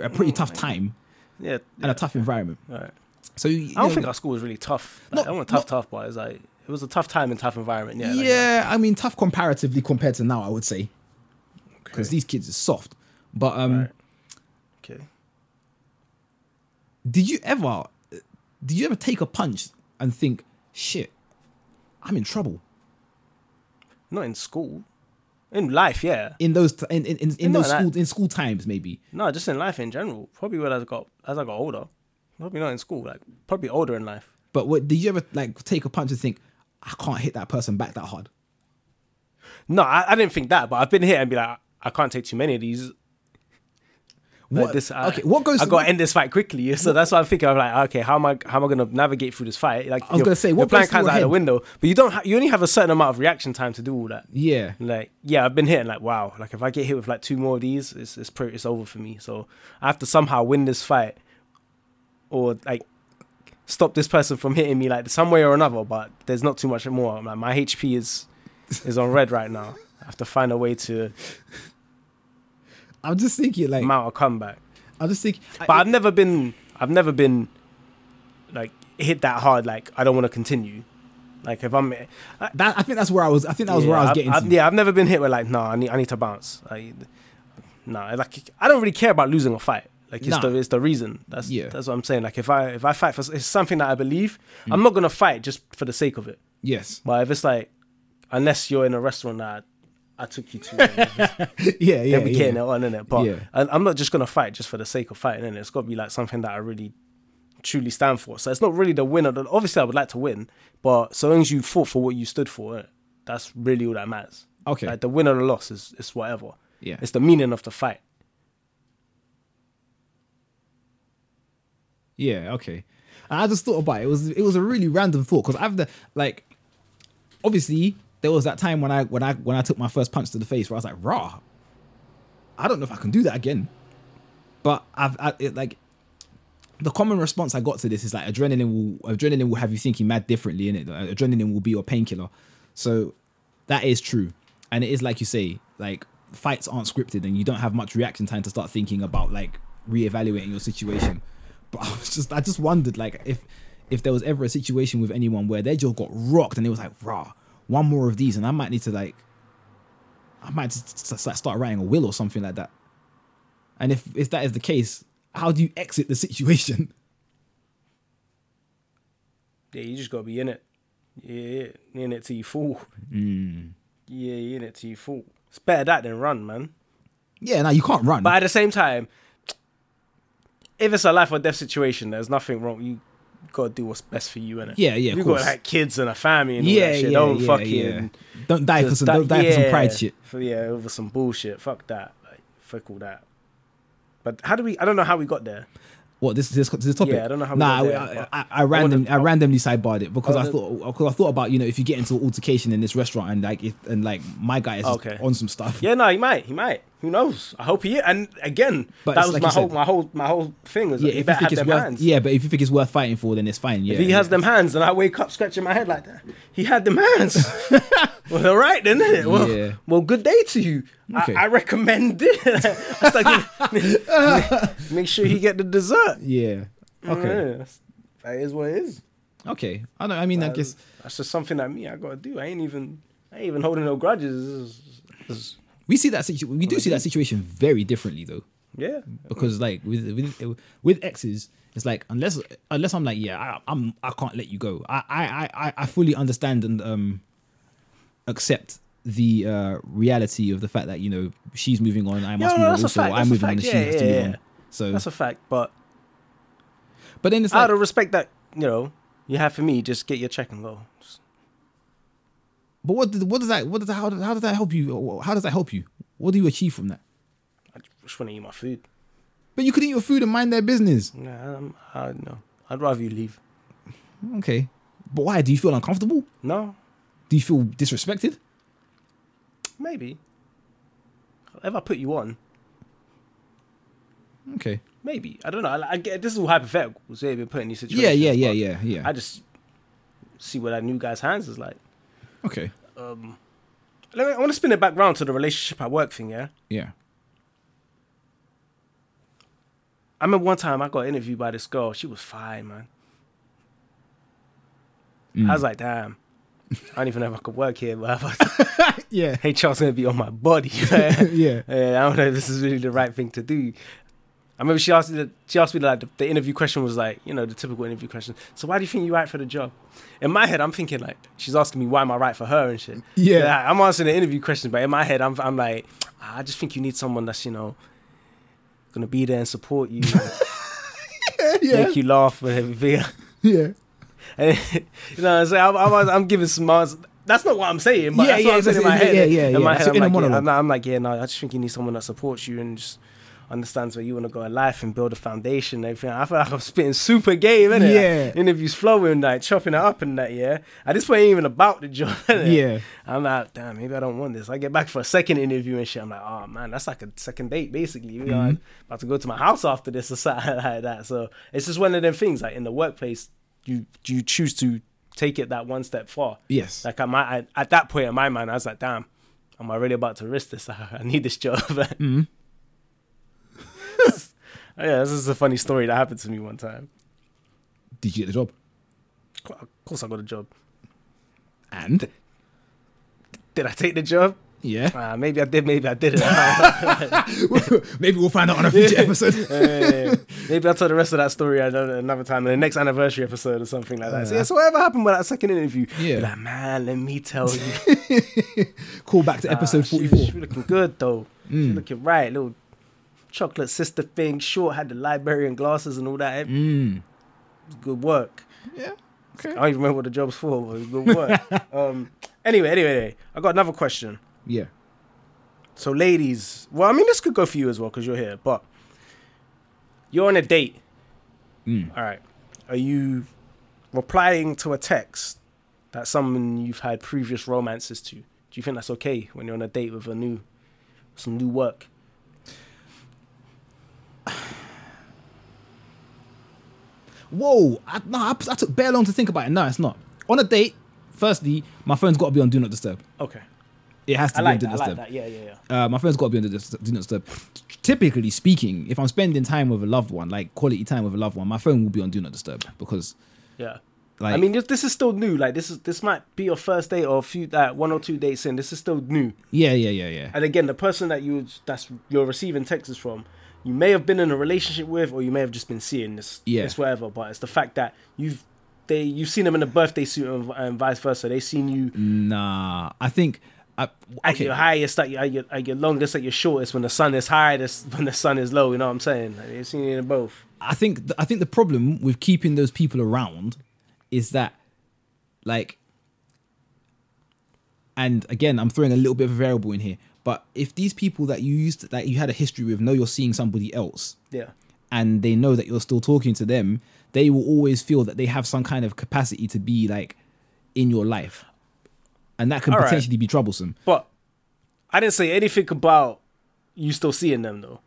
a pretty tough time, Oh Yeah. and a tough environment. all right. So you I don't know, think our school was really tough. Like, Not- I wasn't tough, not- tough, but it's like it was a tough time and tough environment. Yeah. Yeah, like, I mean, tough comparatively compared to now, I would say, because these kids are soft. But um, Right. Okay. did you ever, did you ever take a punch and think, shit, I'm in trouble Not in school. In life, yeah. in those t- in in, in, in No, those that- school in school times maybe? No, just in life in general. Probably when I got as I got older. Probably not in school. Like probably older in life. But what did you ever like take a punch and think, I can't hit that person back that hard? No, I, I didn't think that, but I've been here and be like, I can't take too many of these. What, Like this, I, okay, what goes? I got to end this fight quickly, so that's what I'm thinking. I'm like, okay, how am I? How am I going to navigate through this fight? Like, was your- gonna say, your what plan goes through kind of your out the head? window, but you don't. Ha- you only have a certain amount of reaction time to do all that. yeah, Like, yeah, I've been hit. and Like, wow. Like, if I get hit with like two more of these, it's it's pretty, it's over for me. So I have to somehow win this fight, or like stop this person from hitting me like some way or another. But there's not too much more. Like, my HP is is on red right now. I have to find a way to I'm just thinking like mount a comeback. I'm just thinking, But I've never been. I've never been like hit that hard. Like I don't want to continue. Like if I'm that, I think that's where I was. I think that was where I was I've- getting. I've- to. yeah, I've never been hit with like, no, I need, I need to bounce. Like, no, like I don't really care about losing a fight. Like it's Nah. the it's the reason. That's Yeah. that's what I'm saying. Like if I if I fight for s- it's something that I believe, Mm. I'm not gonna fight just for the sake of it. Yes, But if it's like, unless you're in a restaurant that I, I took you to, then yeah, yeah, we yeah. getting it on in it. But Yeah. I, I'm not just gonna fight just for the sake of fighting. And it's got to be like something that I really truly stand for. So it's not really the win. or the- Obviously, I would like to win, but so long as you fought for what you stood for, innit? that's really all that matters. Okay, Like the win or the loss is is whatever. yeah. It's the meaning of the fight. Yeah, okay. And I just thought about it. It was it was a really random thought because I've the like obviously there was that time when I when I when I took my first punch to the face where I was like, raw. I don't know if I can do that again. But I've I, it, like the common response I got to this is like adrenaline will adrenaline will have you thinking mad differently in it. Adrenaline will be your painkiller. So that is true. And it is like you say, like fights aren't scripted and you don't have much reaction time to start thinking about like reevaluating your situation. But I was just I just wondered like if if there was ever a situation with anyone where their jaw got rocked and it was like, rah, one more of these and I might need to like I might just just, like, start writing a will or something like that. And if if that is the case, how do you exit the situation? Yeah, you just gotta be in it. Yeah, yeah. in it till you fall. Mm. Yeah, you're in it till you fall. It's better that than run, man. Yeah, no, you can't run. But at the same time, if it's a life or death situation, there's nothing wrong. You gotta do what's best for you, innit? Yeah, yeah, of You got course. like kids and a family and all yeah, that yeah, shit. Don't yeah, fucking yeah. Don't die for just some that- don't die for some pride shit. For, yeah, over some bullshit. Fuck that. Like, fuck all that. But how do we? I don't know how we got there. What this this this topic? Yeah, I don't know how we Nah, I, got there, I, but- I, I randomly I, wanna- randomly sidebarred it because I, I wanna- thought because I thought about you know if you get into an altercation in this restaurant and like it, and like my guy is Okay. on some stuff. Yeah, no, he might. He might. Who knows? I hope he. And again, But that it's was like my you said- whole, my whole, my whole thing was. Yeah, Like, if you you better think have it's them worth hands. yeah, but if you think it's worth fighting for, then it's fine. Yeah, If he yeah. has them hands, and I wake up scratching my head like that. He had them hands. well, all right then, isn't it? Well, Yeah. well, good day to you. Okay. I, I recommend it. I was like, make sure he get the dessert. Yeah. Okay. Yeah, that's- that is what it is. Okay. I don't. I mean, I That is- guess that's just something that me I gotta do. I ain't even I ain't even holding no grudges. It's just- it's- we see that situation. We do see that situation very differently though. yeah, because like with with with exes it's like unless unless i'm like yeah I, i'm i can't let you go i i I- i i fully understand and um accept the uh reality of the fact that you know she's moving on i must no, move on that's a also fact, i'm that's a moving on and fact, she yeah, has to yeah, move yeah. on so that's a fact. But but then it's out like of respect that you know you have for me, just get your check and go. Just- but what did, what does that what does that, how, does, how does that help you how does that help you what do you achieve from that I just want to eat my food. but you could eat your food and mind their business Nah, I'm, I no. I'd rather you leave. okay but why do you feel uncomfortable No, do you feel disrespected maybe. If I put you on, okay maybe I don't know. I, I get this is all hypothetical. So yeah, been put in these situations. yeah yeah yeah but yeah yeah I just see what that new guy's hands is like. okay um let me, I want to spin it back round to the relationship at work thing, yeah? yeah I remember one time I got interviewed by this girl. She was fine, man. Mm. I was like, damn. I don't even know if I could work here, but I- yeah HR's gonna be on my body. yeah. Yeah, I don't know if this is really the right thing to do. I remember she asked me, the, she asked me like the, the interview question was like, you know, the typical interview question. So why do you think you're right for the job? In my head, I'm thinking like, she's asking me why am I right for her and shit. Yeah. Like, I'm answering the interview question, but in my head, I'm I'm like, "Ah, I just think you need someone that's you know, gonna be there and support you, Yeah. make you laugh and everything. Yeah. And, you know, what I'm saying I'm, I'm, I'm giving some answers. That's not what I'm saying, but Yeah, that's yeah, what I'm saying in my exactly. head. Yeah, yeah, yeah. In my That's head, I'm your inner like, yeah, monologue. I'm, I'm like, yeah, no, I just think you need someone that supports you and just understands where you want to go in life and build a foundation and everything. I feel like I'm spitting super game, innit? Yeah. Like, interviews flowing, like chopping it up and that, yeah. At this point, it ain't even about the job, innit? Yeah. I'm like, damn, maybe I don't want this. I get back for a second interview and shit. I'm like, oh man, that's like a second date basically. You know, I'm about to go to my house after this or something like that. So it's just one of them things. Like in the workplace, you you choose to take it that one step far. Yes. Like at my I, at that point in my mind, I was like, damn, am I really about to risk this? I need this job. yeah, this is a funny story that happened to me one time. Did you get the job? Of course, I got a job. And Did I take the job? yeah, Uh, maybe I did. Maybe I didn't. maybe we'll find out on a future episode. Yeah. Maybe I'll tell the rest of that story at another another time in the next anniversary episode or something like that. So, yeah, so whatever happened with that second interview, Yeah. be like, man, let me tell you. Call back to episode Ah, she- forty-four. Mm. She, looking good though. She looking right, little chocolate sister thing, short, had the librarian glasses and all that. Mm. Good work. Yeah. Okay. I don't even remember what the job's for, but it was good work. um anyway, anyway, anyway, I got another question. Yeah. So, ladies, well, I mean, this could go for you as well because you're here, but you're on a date. Mm. All right. Are you replying to a text that someone you've had previous romances to? Do you think that's okay when you're on a date with a new, some new work? Whoa, I, no, I, I took bare long to think about it. No, it's not. On a date, firstly, my phone's got to be on Do Not Disturb. Okay. It has to I be on like Do that. I Not like Disturb. that. Yeah, yeah, yeah. Uh, my phone's got to be on Do Not Disturb- Do Not Disturb. Typically speaking, if I'm spending time with a loved one, like quality time with a loved one, my phone will be on Do Not Disturb because, Yeah. like, I mean, this, this is still new. Like this is this might be your first date or a few like one or two dates in. This is still new. yeah, yeah, yeah, yeah. And again, the person that you that's you're receiving texts from, you may have been in a relationship with, or you may have just been seeing this. Yeah. It's whatever. But it's the fact that you've they you've seen them in a birthday suit and, and vice versa. They've seen you Nah, I think. I, at Mm, okay, your highest, at your, at your at your longest, at your shortest. When the sun is high, this- when the sun is low. You know what I'm saying? Like, they've seen you in both. I think th- I think the problem with keeping those people around is that, like, and again, I'm throwing a little bit of a variable in here. But if these people that you used that you had a history with know you're seeing somebody else, Yeah. and they know that you're still talking to them, they will always feel that they have some kind of capacity to be like in your life, and that can All right. potentially be troublesome. But I didn't say anything about you still seeing them though.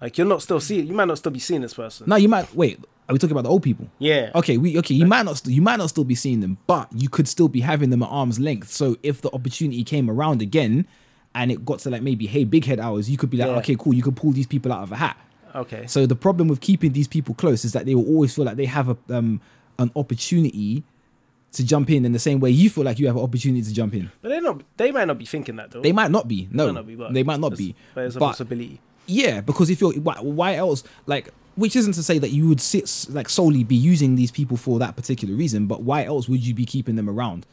Like you're not still seeing. You might not still be seeing this person. Now you might wait. Are we talking about the old people? Yeah. Okay. We okay. You might not. St- you might not still be seeing them, but you could still be having them at arm's length. So if the opportunity came around again, and it got to like maybe hey big head hours, you could be like Yeah. okay cool. You could pull these people out of a hat. Okay. So the problem with keeping these people close is that they will always feel like they have a um an opportunity to jump in in the same way you feel like you have an opportunity to jump in. But they not. They might not be thinking that though. They might not be. No, might not be. But they might not it's- be. But it's a But possibility. yeah, because if you're why, why else like which isn't to say that you would sit s- like solely be using these people for that particular reason, but why else would you be keeping them around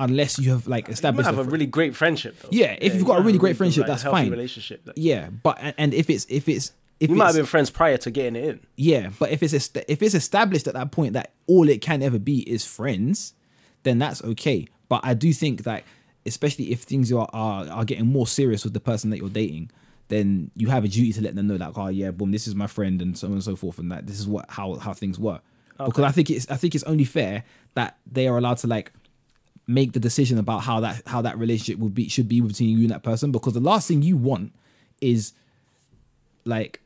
unless you have like You might established have a a fr- really great friendship. Though. Yeah, if you've you got a might really have great friendship, good, like, that's healthy fine. Relationship. Like, yeah, but and, and if it's if it's if you it's, might have been friends prior to getting it in. yeah, but if it's est- if it's established at that point that all it can ever be is friends, then that's okay. But I do think that especially if things are are, are getting more serious with the person that you're dating, then you have a duty to let them know like, oh yeah, boom, this is my friend and so on and so forth, and that this is what how how things work. Because I think it's I think it's only fair that they are allowed to like make the decision about how that how that relationship would be should be between you and that person. Because the last thing you want is like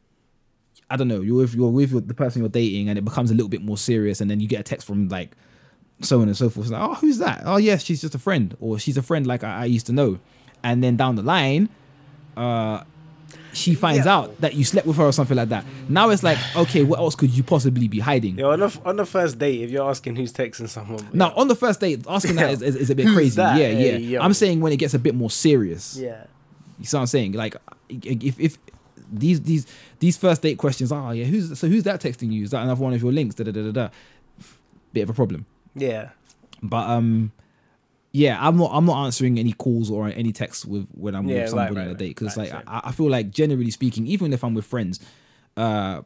I don't know, you're with you're with your, the person you're dating and it becomes a little bit more serious, and then you get a text from like so on and so forth. It's like, oh, who's that? Oh, yes, she's just a friend, or she's a friend like I, I used to know. And then down the line, uh, she finds Yeah. out that you slept with her or something like that. Now it's like, okay, what else could you possibly be hiding? Yo, on the on the first date, if you're asking who's texting someone. Now, on the first date, asking that Yeah. is, is, is a bit Who's crazy. that? Yeah, yeah. Hey, yo. I'm saying when it gets a bit more serious. Yeah. You see what I'm saying? Like, if if these these these first date questions are, yeah, who's so who's that texting you? Is that another one of your links? Da da da da da. Bit of a problem, Yeah. but um, yeah, I'm not I'm not answering any calls or any texts with when I'm Yeah, with right, somebody right, on a right, date because like right, same. I, I feel like generally speaking, even if I'm with friends, uh.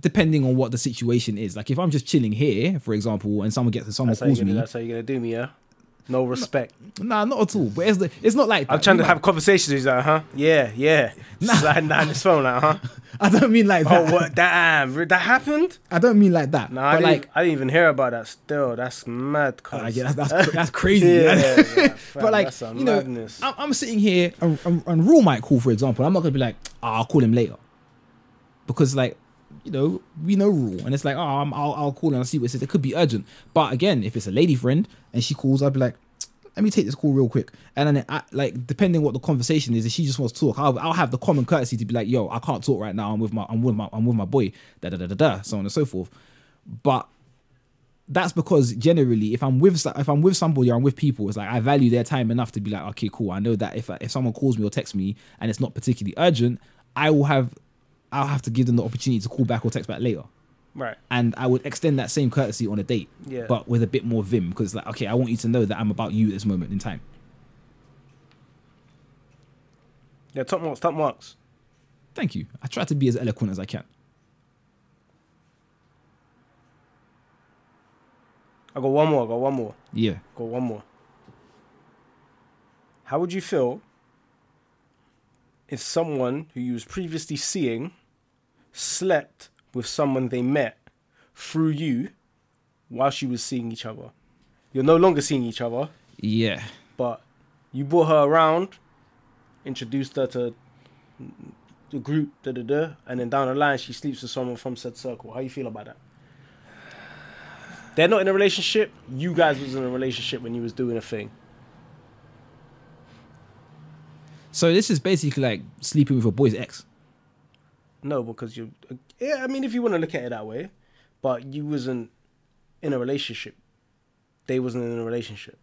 Depending on what the situation is, like if I'm just chilling here, for example, and someone gets someone That's how you're calls gonna. me, That's how you're gonna do me. Yeah. No respect. nah, not at all. But it's it's not like I'm that. trying You to might- have conversations. He's like, huh? Yeah, yeah. She's like, nah, on his phone, like, huh? I don't mean like Oh, that. what? Damn, re- that happened? I don't mean like that. No, I but didn't. like I didn't even hear about that. Still, that's mad. Cause Like, yeah, that's, that's, that's crazy. Yeah, yeah, but fam, like, that's some you know, madness. I'm, I'm sitting here and, and, and Raw might call, for example. I'm not going to be like, "Ah, I'll call him later. Because like, you know, we know Rule. And it's like, oh, I'm, I'll, I'll call and I'll see what it says. It could be urgent. But again, if it's a lady friend and she calls, I'd be like, let me take this call real quick. And then, I, like, depending what the conversation is, if she just wants to talk, I'll, I'll have the common courtesy to be like, yo, I can't talk right now. I'm with my, I'm with my, I'm with my boy. Da da da da da. So on and so forth. But that's because generally if i'm with so- if i'm with somebody or i'm with people it's like i value their time enough to be like okay cool i know that if if someone calls me or texts me and it's not particularly urgent i will have i'll have to give them the opportunity to call back or text back later right. and i would extend that same courtesy on a date Yeah. but with a bit more vim because like okay i want you to know that i'm about you at this moment in time Yeah, top marks, top marks. thank you i try to be as eloquent as i can I got one more. I got one more. yeah Got one more. How would you feel if someone who you was previously seeing slept with someone they met through you whilst you was seeing each other? You're no longer seeing each other, yeah but you brought her around, introduced her to the group, da da da, and then down the line she sleeps with someone from said circle. How you feel about that? They're not in a relationship. You guys was in a relationship when you was doing a thing. So this is basically like sleeping with a boy's ex. No, because you. Yeah, I mean, if you want to look at it that way, but you wasn't in a relationship. They wasn't in a relationship.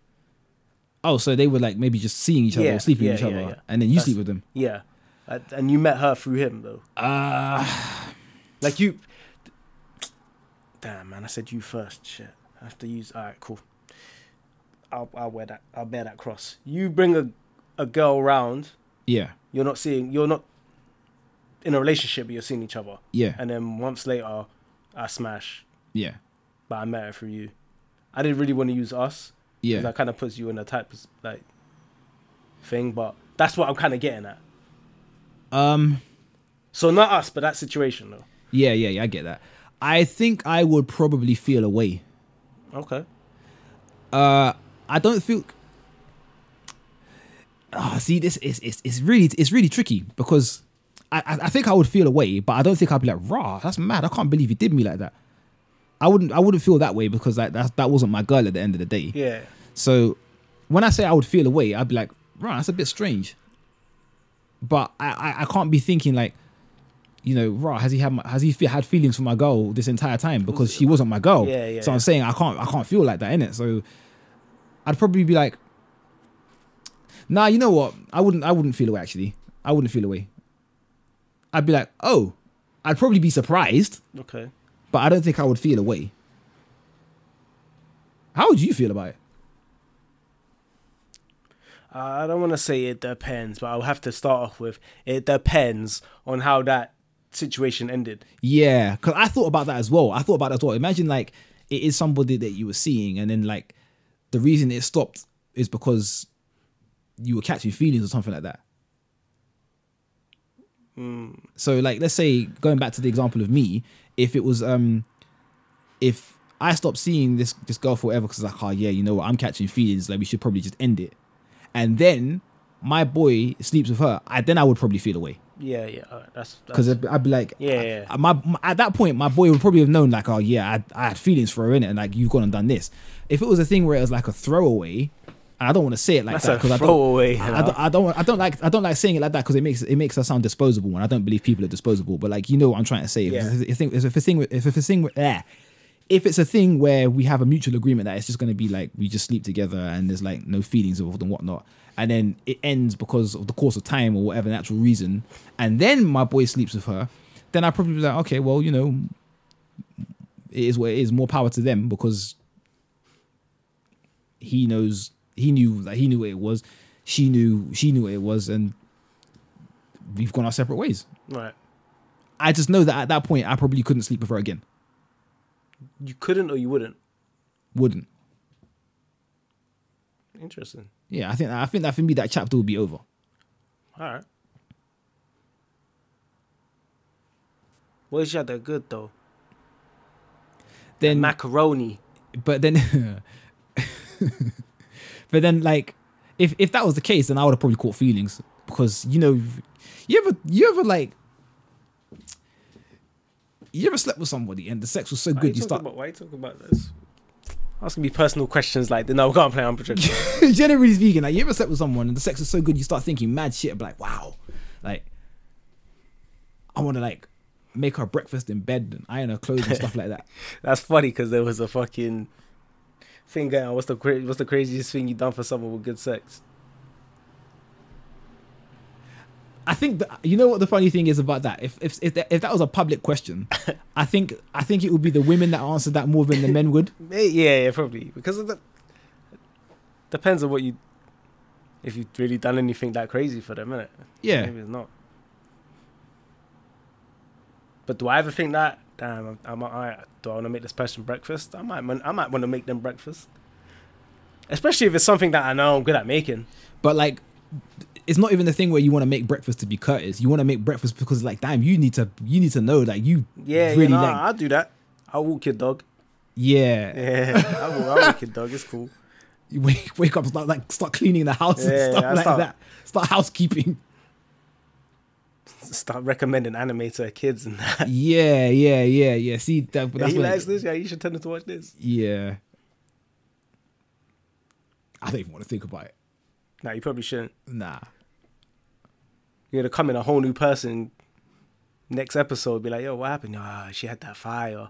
Oh, so they were like maybe just seeing each other, Yeah, or sleeping with each yeah, other, yeah, yeah. and then you That's- sleep with them. Yeah, and and you met her through him though. Ah, Like you. Damn man, I said you first. Shit, I have to use. All right, cool. I'll I'll wear that. I'll bear that cross. You bring a a girl round. yeah, You're not seeing. You're not in a relationship, but you're seeing each other. yeah, And then months later, I smash, yeah, but I met her through you. I didn't really want to use us. 'cause yeah. That kind of puts you in a type of like thing, but that's what I'm kind of getting at. Um, So not us, but that situation though. yeah, yeah, yeah. I get that. I think I would probably feel away. Okay. Uh, I don't feel. Ah, see, this is it's, it's really it's really tricky because I, I I think I would feel away, but I don't think I'd be like, "Rah, that's mad! I can't believe you did me like that." I wouldn't I wouldn't feel that way because like that that wasn't my girl at the end of the day. Yeah. So when I say I would feel away, I'd be like, right, that's a bit strange. But I, I, I can't be thinking like, you know, right, has he had my, has he fe- had feelings for my girl this entire time because she wasn't my girl. Yeah, yeah, so yeah. I'm saying I can't I can't feel like that in it. So I'd probably be like, nah, you know what? I wouldn't I wouldn't feel away actually. I wouldn't feel away. I'd be like, oh, I'd probably be surprised, Okay. but I don't think I would feel away. How would you feel about it? I don't want to say it depends, but I'll have to start off with it depends on how that situation ended. Yeah, because I thought about that as well. I thought about that as well. Imagine like it is somebody that you were seeing, and then like the reason it stopped is because you were catching feelings or something like that. So like, let's say going back to the example of me, if it was um, if I stopped seeing this this girl forever because like, oh yeah, you know what, I'm catching feelings. Like we should probably just end it, and then my boy sleeps with her. I then I would probably feel away Yeah, yeah. All right, that's because because I'd, be- I'd be like, Yeah, I- yeah. I- my, my- at that point, my boy would probably have known like, oh yeah, I, I had feelings for her in it, and like you've gone and done this. If it was a thing where it was like a throwaway, and I don't want to say it like that's that a because I don't. throwaway. you I I know? don't, I don't. I don't like. I don't like saying it like that because it makes it makes us sound disposable, and I don't believe people are disposable. But like, you know what I'm trying to say. If Yeah. it's a thing- if it's a thing, if it's a thing, yeah. If it's a thing where we have a mutual agreement that it's just going to be like we just sleep together and there's like no feelings involved and whatnot, and then it ends because of the course of time or whatever natural reason, and then my boy sleeps with her, then I would probably be like, okay, well, you know, it is what it is. More power to them because he knows he knew like he knew what it was she knew she knew what it was and we've gone our separate ways Right. i just know that at that point i probably couldn't sleep with her again You couldn't or you wouldn't. wouldn't Interesting. yeah i think i think that for me that chapter would be over All right. What is that good though? then Macaroni. but then but then like if if that was the case then i would have probably caught feelings because you know you ever you ever like you ever slept with somebody and the sex was so Why are good you talking start About, why are you talking about this? Asking me personal questions like, no, we can't play on project. generally speaking, like you ever slept with someone and the sex is so good, you start thinking mad shit. But like, wow, like I want to like make her breakfast in bed and iron her clothes and stuff like that. That's funny because there was a fucking thing going on. What's the cra- what's the craziest thing you done for someone with good sex? I think that, you know what the funny thing is about that. If if if that, if that was a public question, I think I think it would be the women that answer that more than the men would. Eh, Yeah, yeah, probably because of the depends on what you if you've really done anything that crazy for them, innit? Yeah, Maybe it's not. But do I ever think that? Damn, I, I might. I, do I want to make this person breakfast? I might. man- I might want to make them breakfast. Especially if it's something that I know I'm good at making. but like. It's not even the thing where you want to make breakfast to be Curtis. You want to make breakfast because, like, damn, you need to you need to know that you Yeah, really yeah, nah, like I'll do that. I'll walk your dog. yeah Yeah, I'll, walk- I'll walk your dog. It's cool. you wake, wake up, start like start cleaning the house and Yeah, stuff yeah, like start- that. Start housekeeping. start recommending anime to kids and that. yeah, yeah, yeah, yeah. See, that, but that's he what likes this. Yeah, you should tell him to watch this. yeah. I don't even want to think about it. No, you probably shouldn't. Nah. You're gonna come in a whole new person. Next episode, be like, yo, what happened? Ah, she had that fire.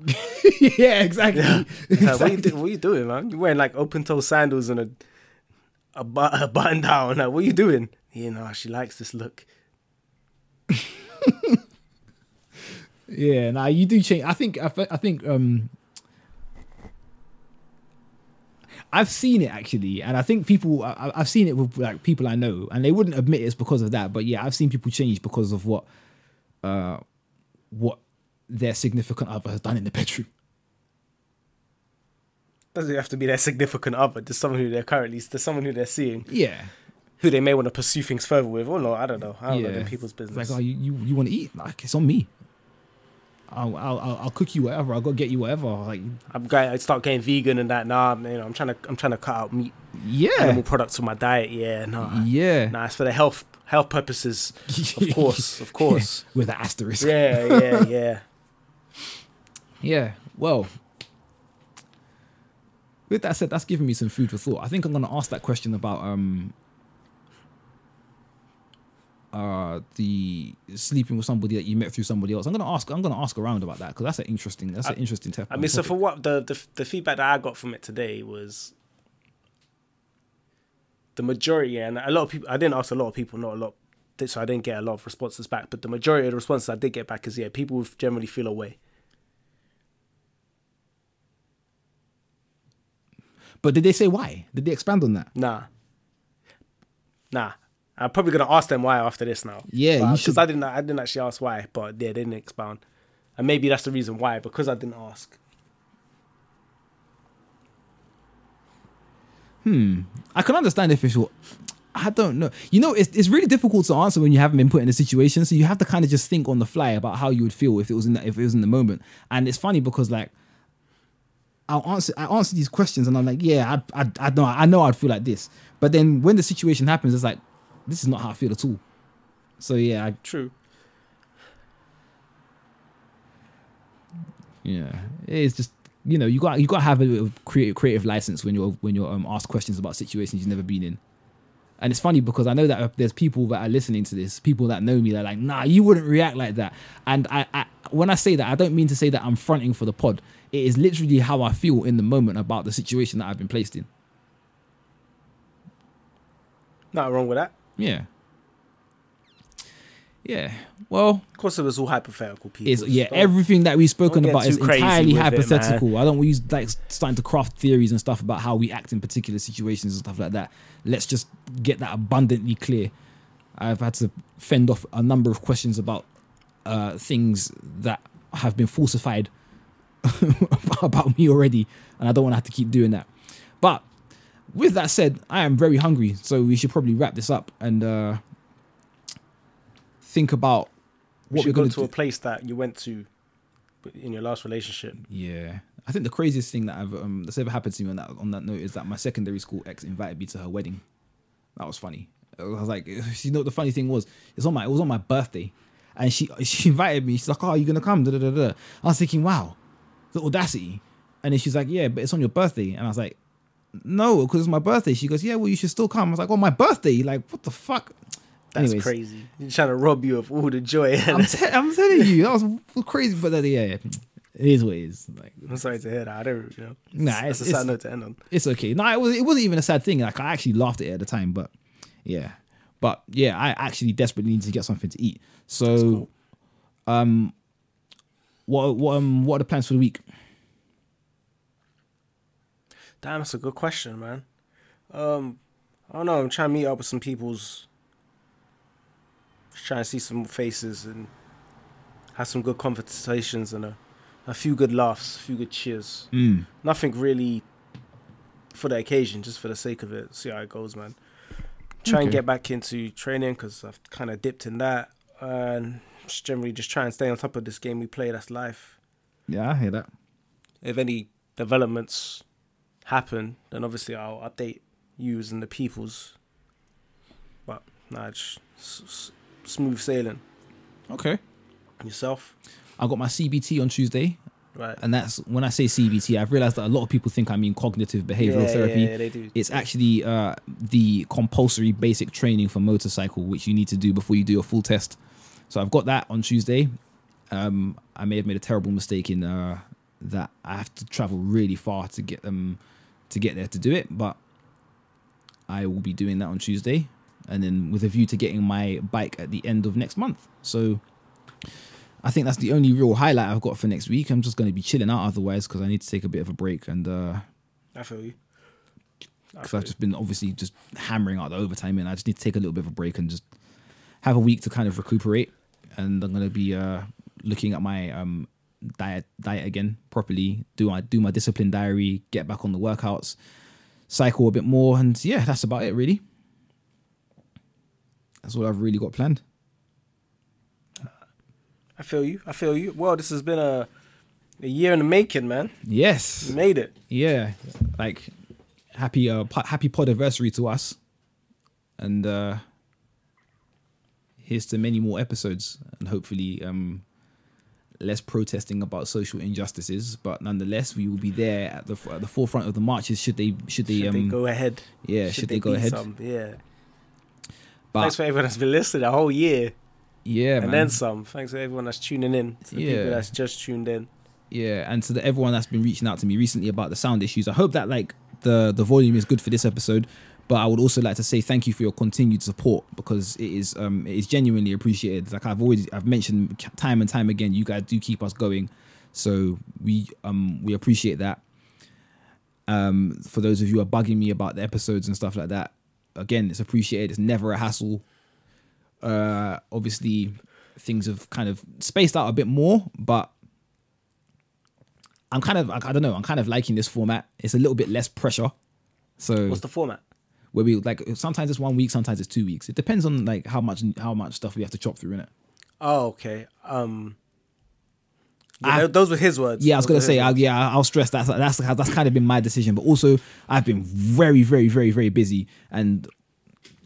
yeah, exactly. It's like, what, you Exactly. do, what you doing, man? You're wearing like open toe sandals and a a, bu- a button down. Like, what you doing? You know, she likes this look. Yeah, nah, you do change. I think I, fe- I think um I've seen it actually, and I think people I, I- I've seen it with like people I know, and they wouldn't admit it's because of that. But yeah, I've seen people change because of what uh what their significant other has done in the bedroom. Doesn't have to be their significant other. There's someone who they're currently, there's someone who they're seeing, Yeah, who they may want to pursue things further with, or no, I don't know. I don't yeah. know them people's It's business. Like, oh, you you, you want to eat? Like, it's on me. I'll, I'll I'll I'll cook you whatever. I'll go get you whatever. Like, I'm going, I start getting vegan and that. Nah, you know, I'm trying to, I'm trying to cut out meat, yeah, animal products from my diet. Yeah, nah, yeah. nah, it's for the health, health purposes. Of course, of course. With an asterisk. Yeah, yeah, yeah. Yeah. Well, with that said, that's given me some food for thought. I think I'm going to ask that question about um uh the sleeping with somebody that you met through somebody else. I'm going to ask. I'm going to ask around about that because that's an interesting. That's an interesting tip. Uh, I mean, so for what the, the the feedback that I got from it today was the majority, and a lot of people. I didn't ask a lot of people, not a lot, so I didn't get a lot of responses back. But the majority of the responses I did get back is yeah, people generally feel away. but did they say why? Did they expand on that? Nah, nah. I'm probably gonna ask them why after this now. Yeah, you because should- I didn't. I didn't actually ask why, but yeah, they didn't expound, and maybe that's the reason why because I didn't ask. I can understand if it's. I don't know. You know, it's, it's really difficult to answer when you haven't been put in a situation. So you have to kind of just think on the fly about how you would feel if it was in the, if it was in the moment. And it's funny because like, I'll answer I answer these questions and I'm like, yeah, I I, I know I know I'd feel like this. But then when the situation happens, it's like, this is not how I feel at all. So yeah, I, True. yeah, it's just you know you got you got to have a bit of creative creative license when you're when you're um, asked questions about situations you've never been in. And it's funny because I know that uh, there's people that are listening to this, people that know me, they're like, nah, you wouldn't react like that. And I, I when I say that, I don't mean to say that I'm fronting for the pod. It is literally how I feel in the moment about the situation that I've been placed in. Not wrong with that. Yeah. Yeah. Well, Of course, it was all hypothetical people. is yeah, so- everything that we've spoken get about is too crazy entirely with it, man. hypothetical. I don't want you like starting to craft theories and stuff about how we act in particular situations and stuff like that. Let's just get that abundantly clear. I've had to fend off a number of questions about uh, things that have been falsified about me already, and I don't want to have to keep doing that. But with that said, I am very hungry, so we should probably wrap this up and uh, think about what you we're go going to do. a place that you went to in your last relationship. Yeah, I think the craziest thing that I've um, that's ever happened to me on that on that note is that my secondary school ex invited me to her wedding. That was funny. I was like, you know, what the funny thing was, it's on my it was on my birthday, and she she invited me. She's like, "Oh, are you gonna come?" Da, da, da, da. I was thinking, wow, the audacity. And then she's like, "Yeah, but it's on your birthday," and I was like, "No, because it's my birthday." She goes, "Yeah, well, you should still come." I was like, "Oh, my birthday? Like, what the fuck?" That's Anyways. crazy. You're trying to rob you of all the joy. I'm, te- I'm telling you, that was crazy, but then, yeah, yeah, it is what it is. Like, I'm sorry to hear that. I don't, you know. Nah, it's, it's- a it's- sad note to end on. it's okay. No, it was it wasn't even a sad thing. Like I actually laughed at it at the time, but yeah. But yeah, I actually desperately need to get something to eat. So um what what um what are the plans for the week? Damn, that's a good question, man. Um, I don't know. I'm trying to meet up with some people's, just trying to see some faces and have some good conversations and a, a few good laughs, a few good cheers. Mm. Nothing really for the occasion, just for the sake of it. See how it goes, man. Try and Okay. get back into training because I've kind of dipped in that, and just generally just try and stay on top of this game we play. That's life. Yeah, I hear that. If any developments happen, then obviously I'll update yous and the peoples. But nah, just s- s- smooth sailing. Okay. Yourself, I got my CBT on Tuesday, right? and that's when I say CBT. I've realized that a lot of people think I mean cognitive behavioral therapy. Yeah, they do. It's actually uh, the compulsory basic training for motorcycle, which you need to do before you do your full test. So I've got that on Tuesday. Um, I may have made a terrible mistake in uh, that I have to travel really far to get them to get there to do it, but I will be doing that on Tuesday, and then with a view to getting my bike at the end of next month. So I think that's the only real highlight I've got for next week. I'm just going to be chilling out otherwise because I need to take a bit of a break and. Uh, I feel you. I because feel I've just been obviously just hammering out the overtime, and I just need to take a little bit of a break and just have a week to kind of recuperate. And I'm gonna be uh, looking at my um, diet diet again properly. Do I do my discipline diary? Get back on the workouts, cycle a bit more, and yeah, that's about it really. That's all I've really got planned. you. I feel you. I feel you. Well, this has been a a year in the making, man. You Yes, made it. yeah, like happy uh, po- happy podiversary to us, and. uh here's to many more episodes and hopefully um less protesting about social injustices but nonetheless we will be there at the at the forefront of the marches should they should they Should um they go ahead? yeah should, they, go beat ahead Some? Yeah. but Thanks for everyone that's been listening the whole year yeah and man. then some. Thanks for everyone that's tuning in. To the Yeah. people that's just tuned in. yeah and to the, everyone that's been reaching out to me recently about the sound issues i hope that like the the volume is good for this episode but i would also like to say thank you for your continued support because it is um it is genuinely appreciated like i've always i've mentioned c- time and time again you guys do keep us going so we um we appreciate that um for those of you who are bugging me about the episodes and stuff like that again it's appreciated it's never a hassle uh obviously things have kind of spaced out a bit more but I'm kind of I, I don't know. I'm kind of liking this format. It's a little bit less pressure. So What's the format? where we like sometimes it's one week, sometimes it's two weeks. It depends on like how much how much stuff we have to chop through in it. Oh, okay. Um. I- Yeah, tho- those were his words. Yeah, I was Those gonna were say his I, words. yeah. I'll stress that's that's that's kind of been my decision. But also I've been very very very very busy and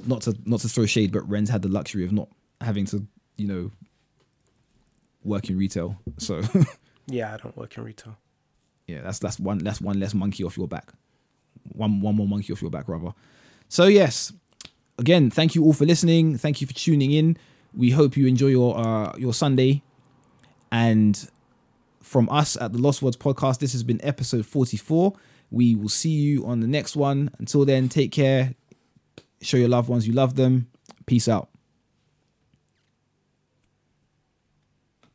not to not to throw shade, but Ren's had the luxury of not having to you know work in retail. So Yeah, I don't work in retail. yeah, that's that's one that's one less monkey off your back. One one more monkey off your back, rather. So yes, again, thank you all for listening. Thank you for tuning in. We hope you enjoy your uh, your Sunday. And from us at the Lost Words Podcast, this has been episode forty four. We will see you on the next one. Until then, take care. Show your loved ones you love them. Peace out.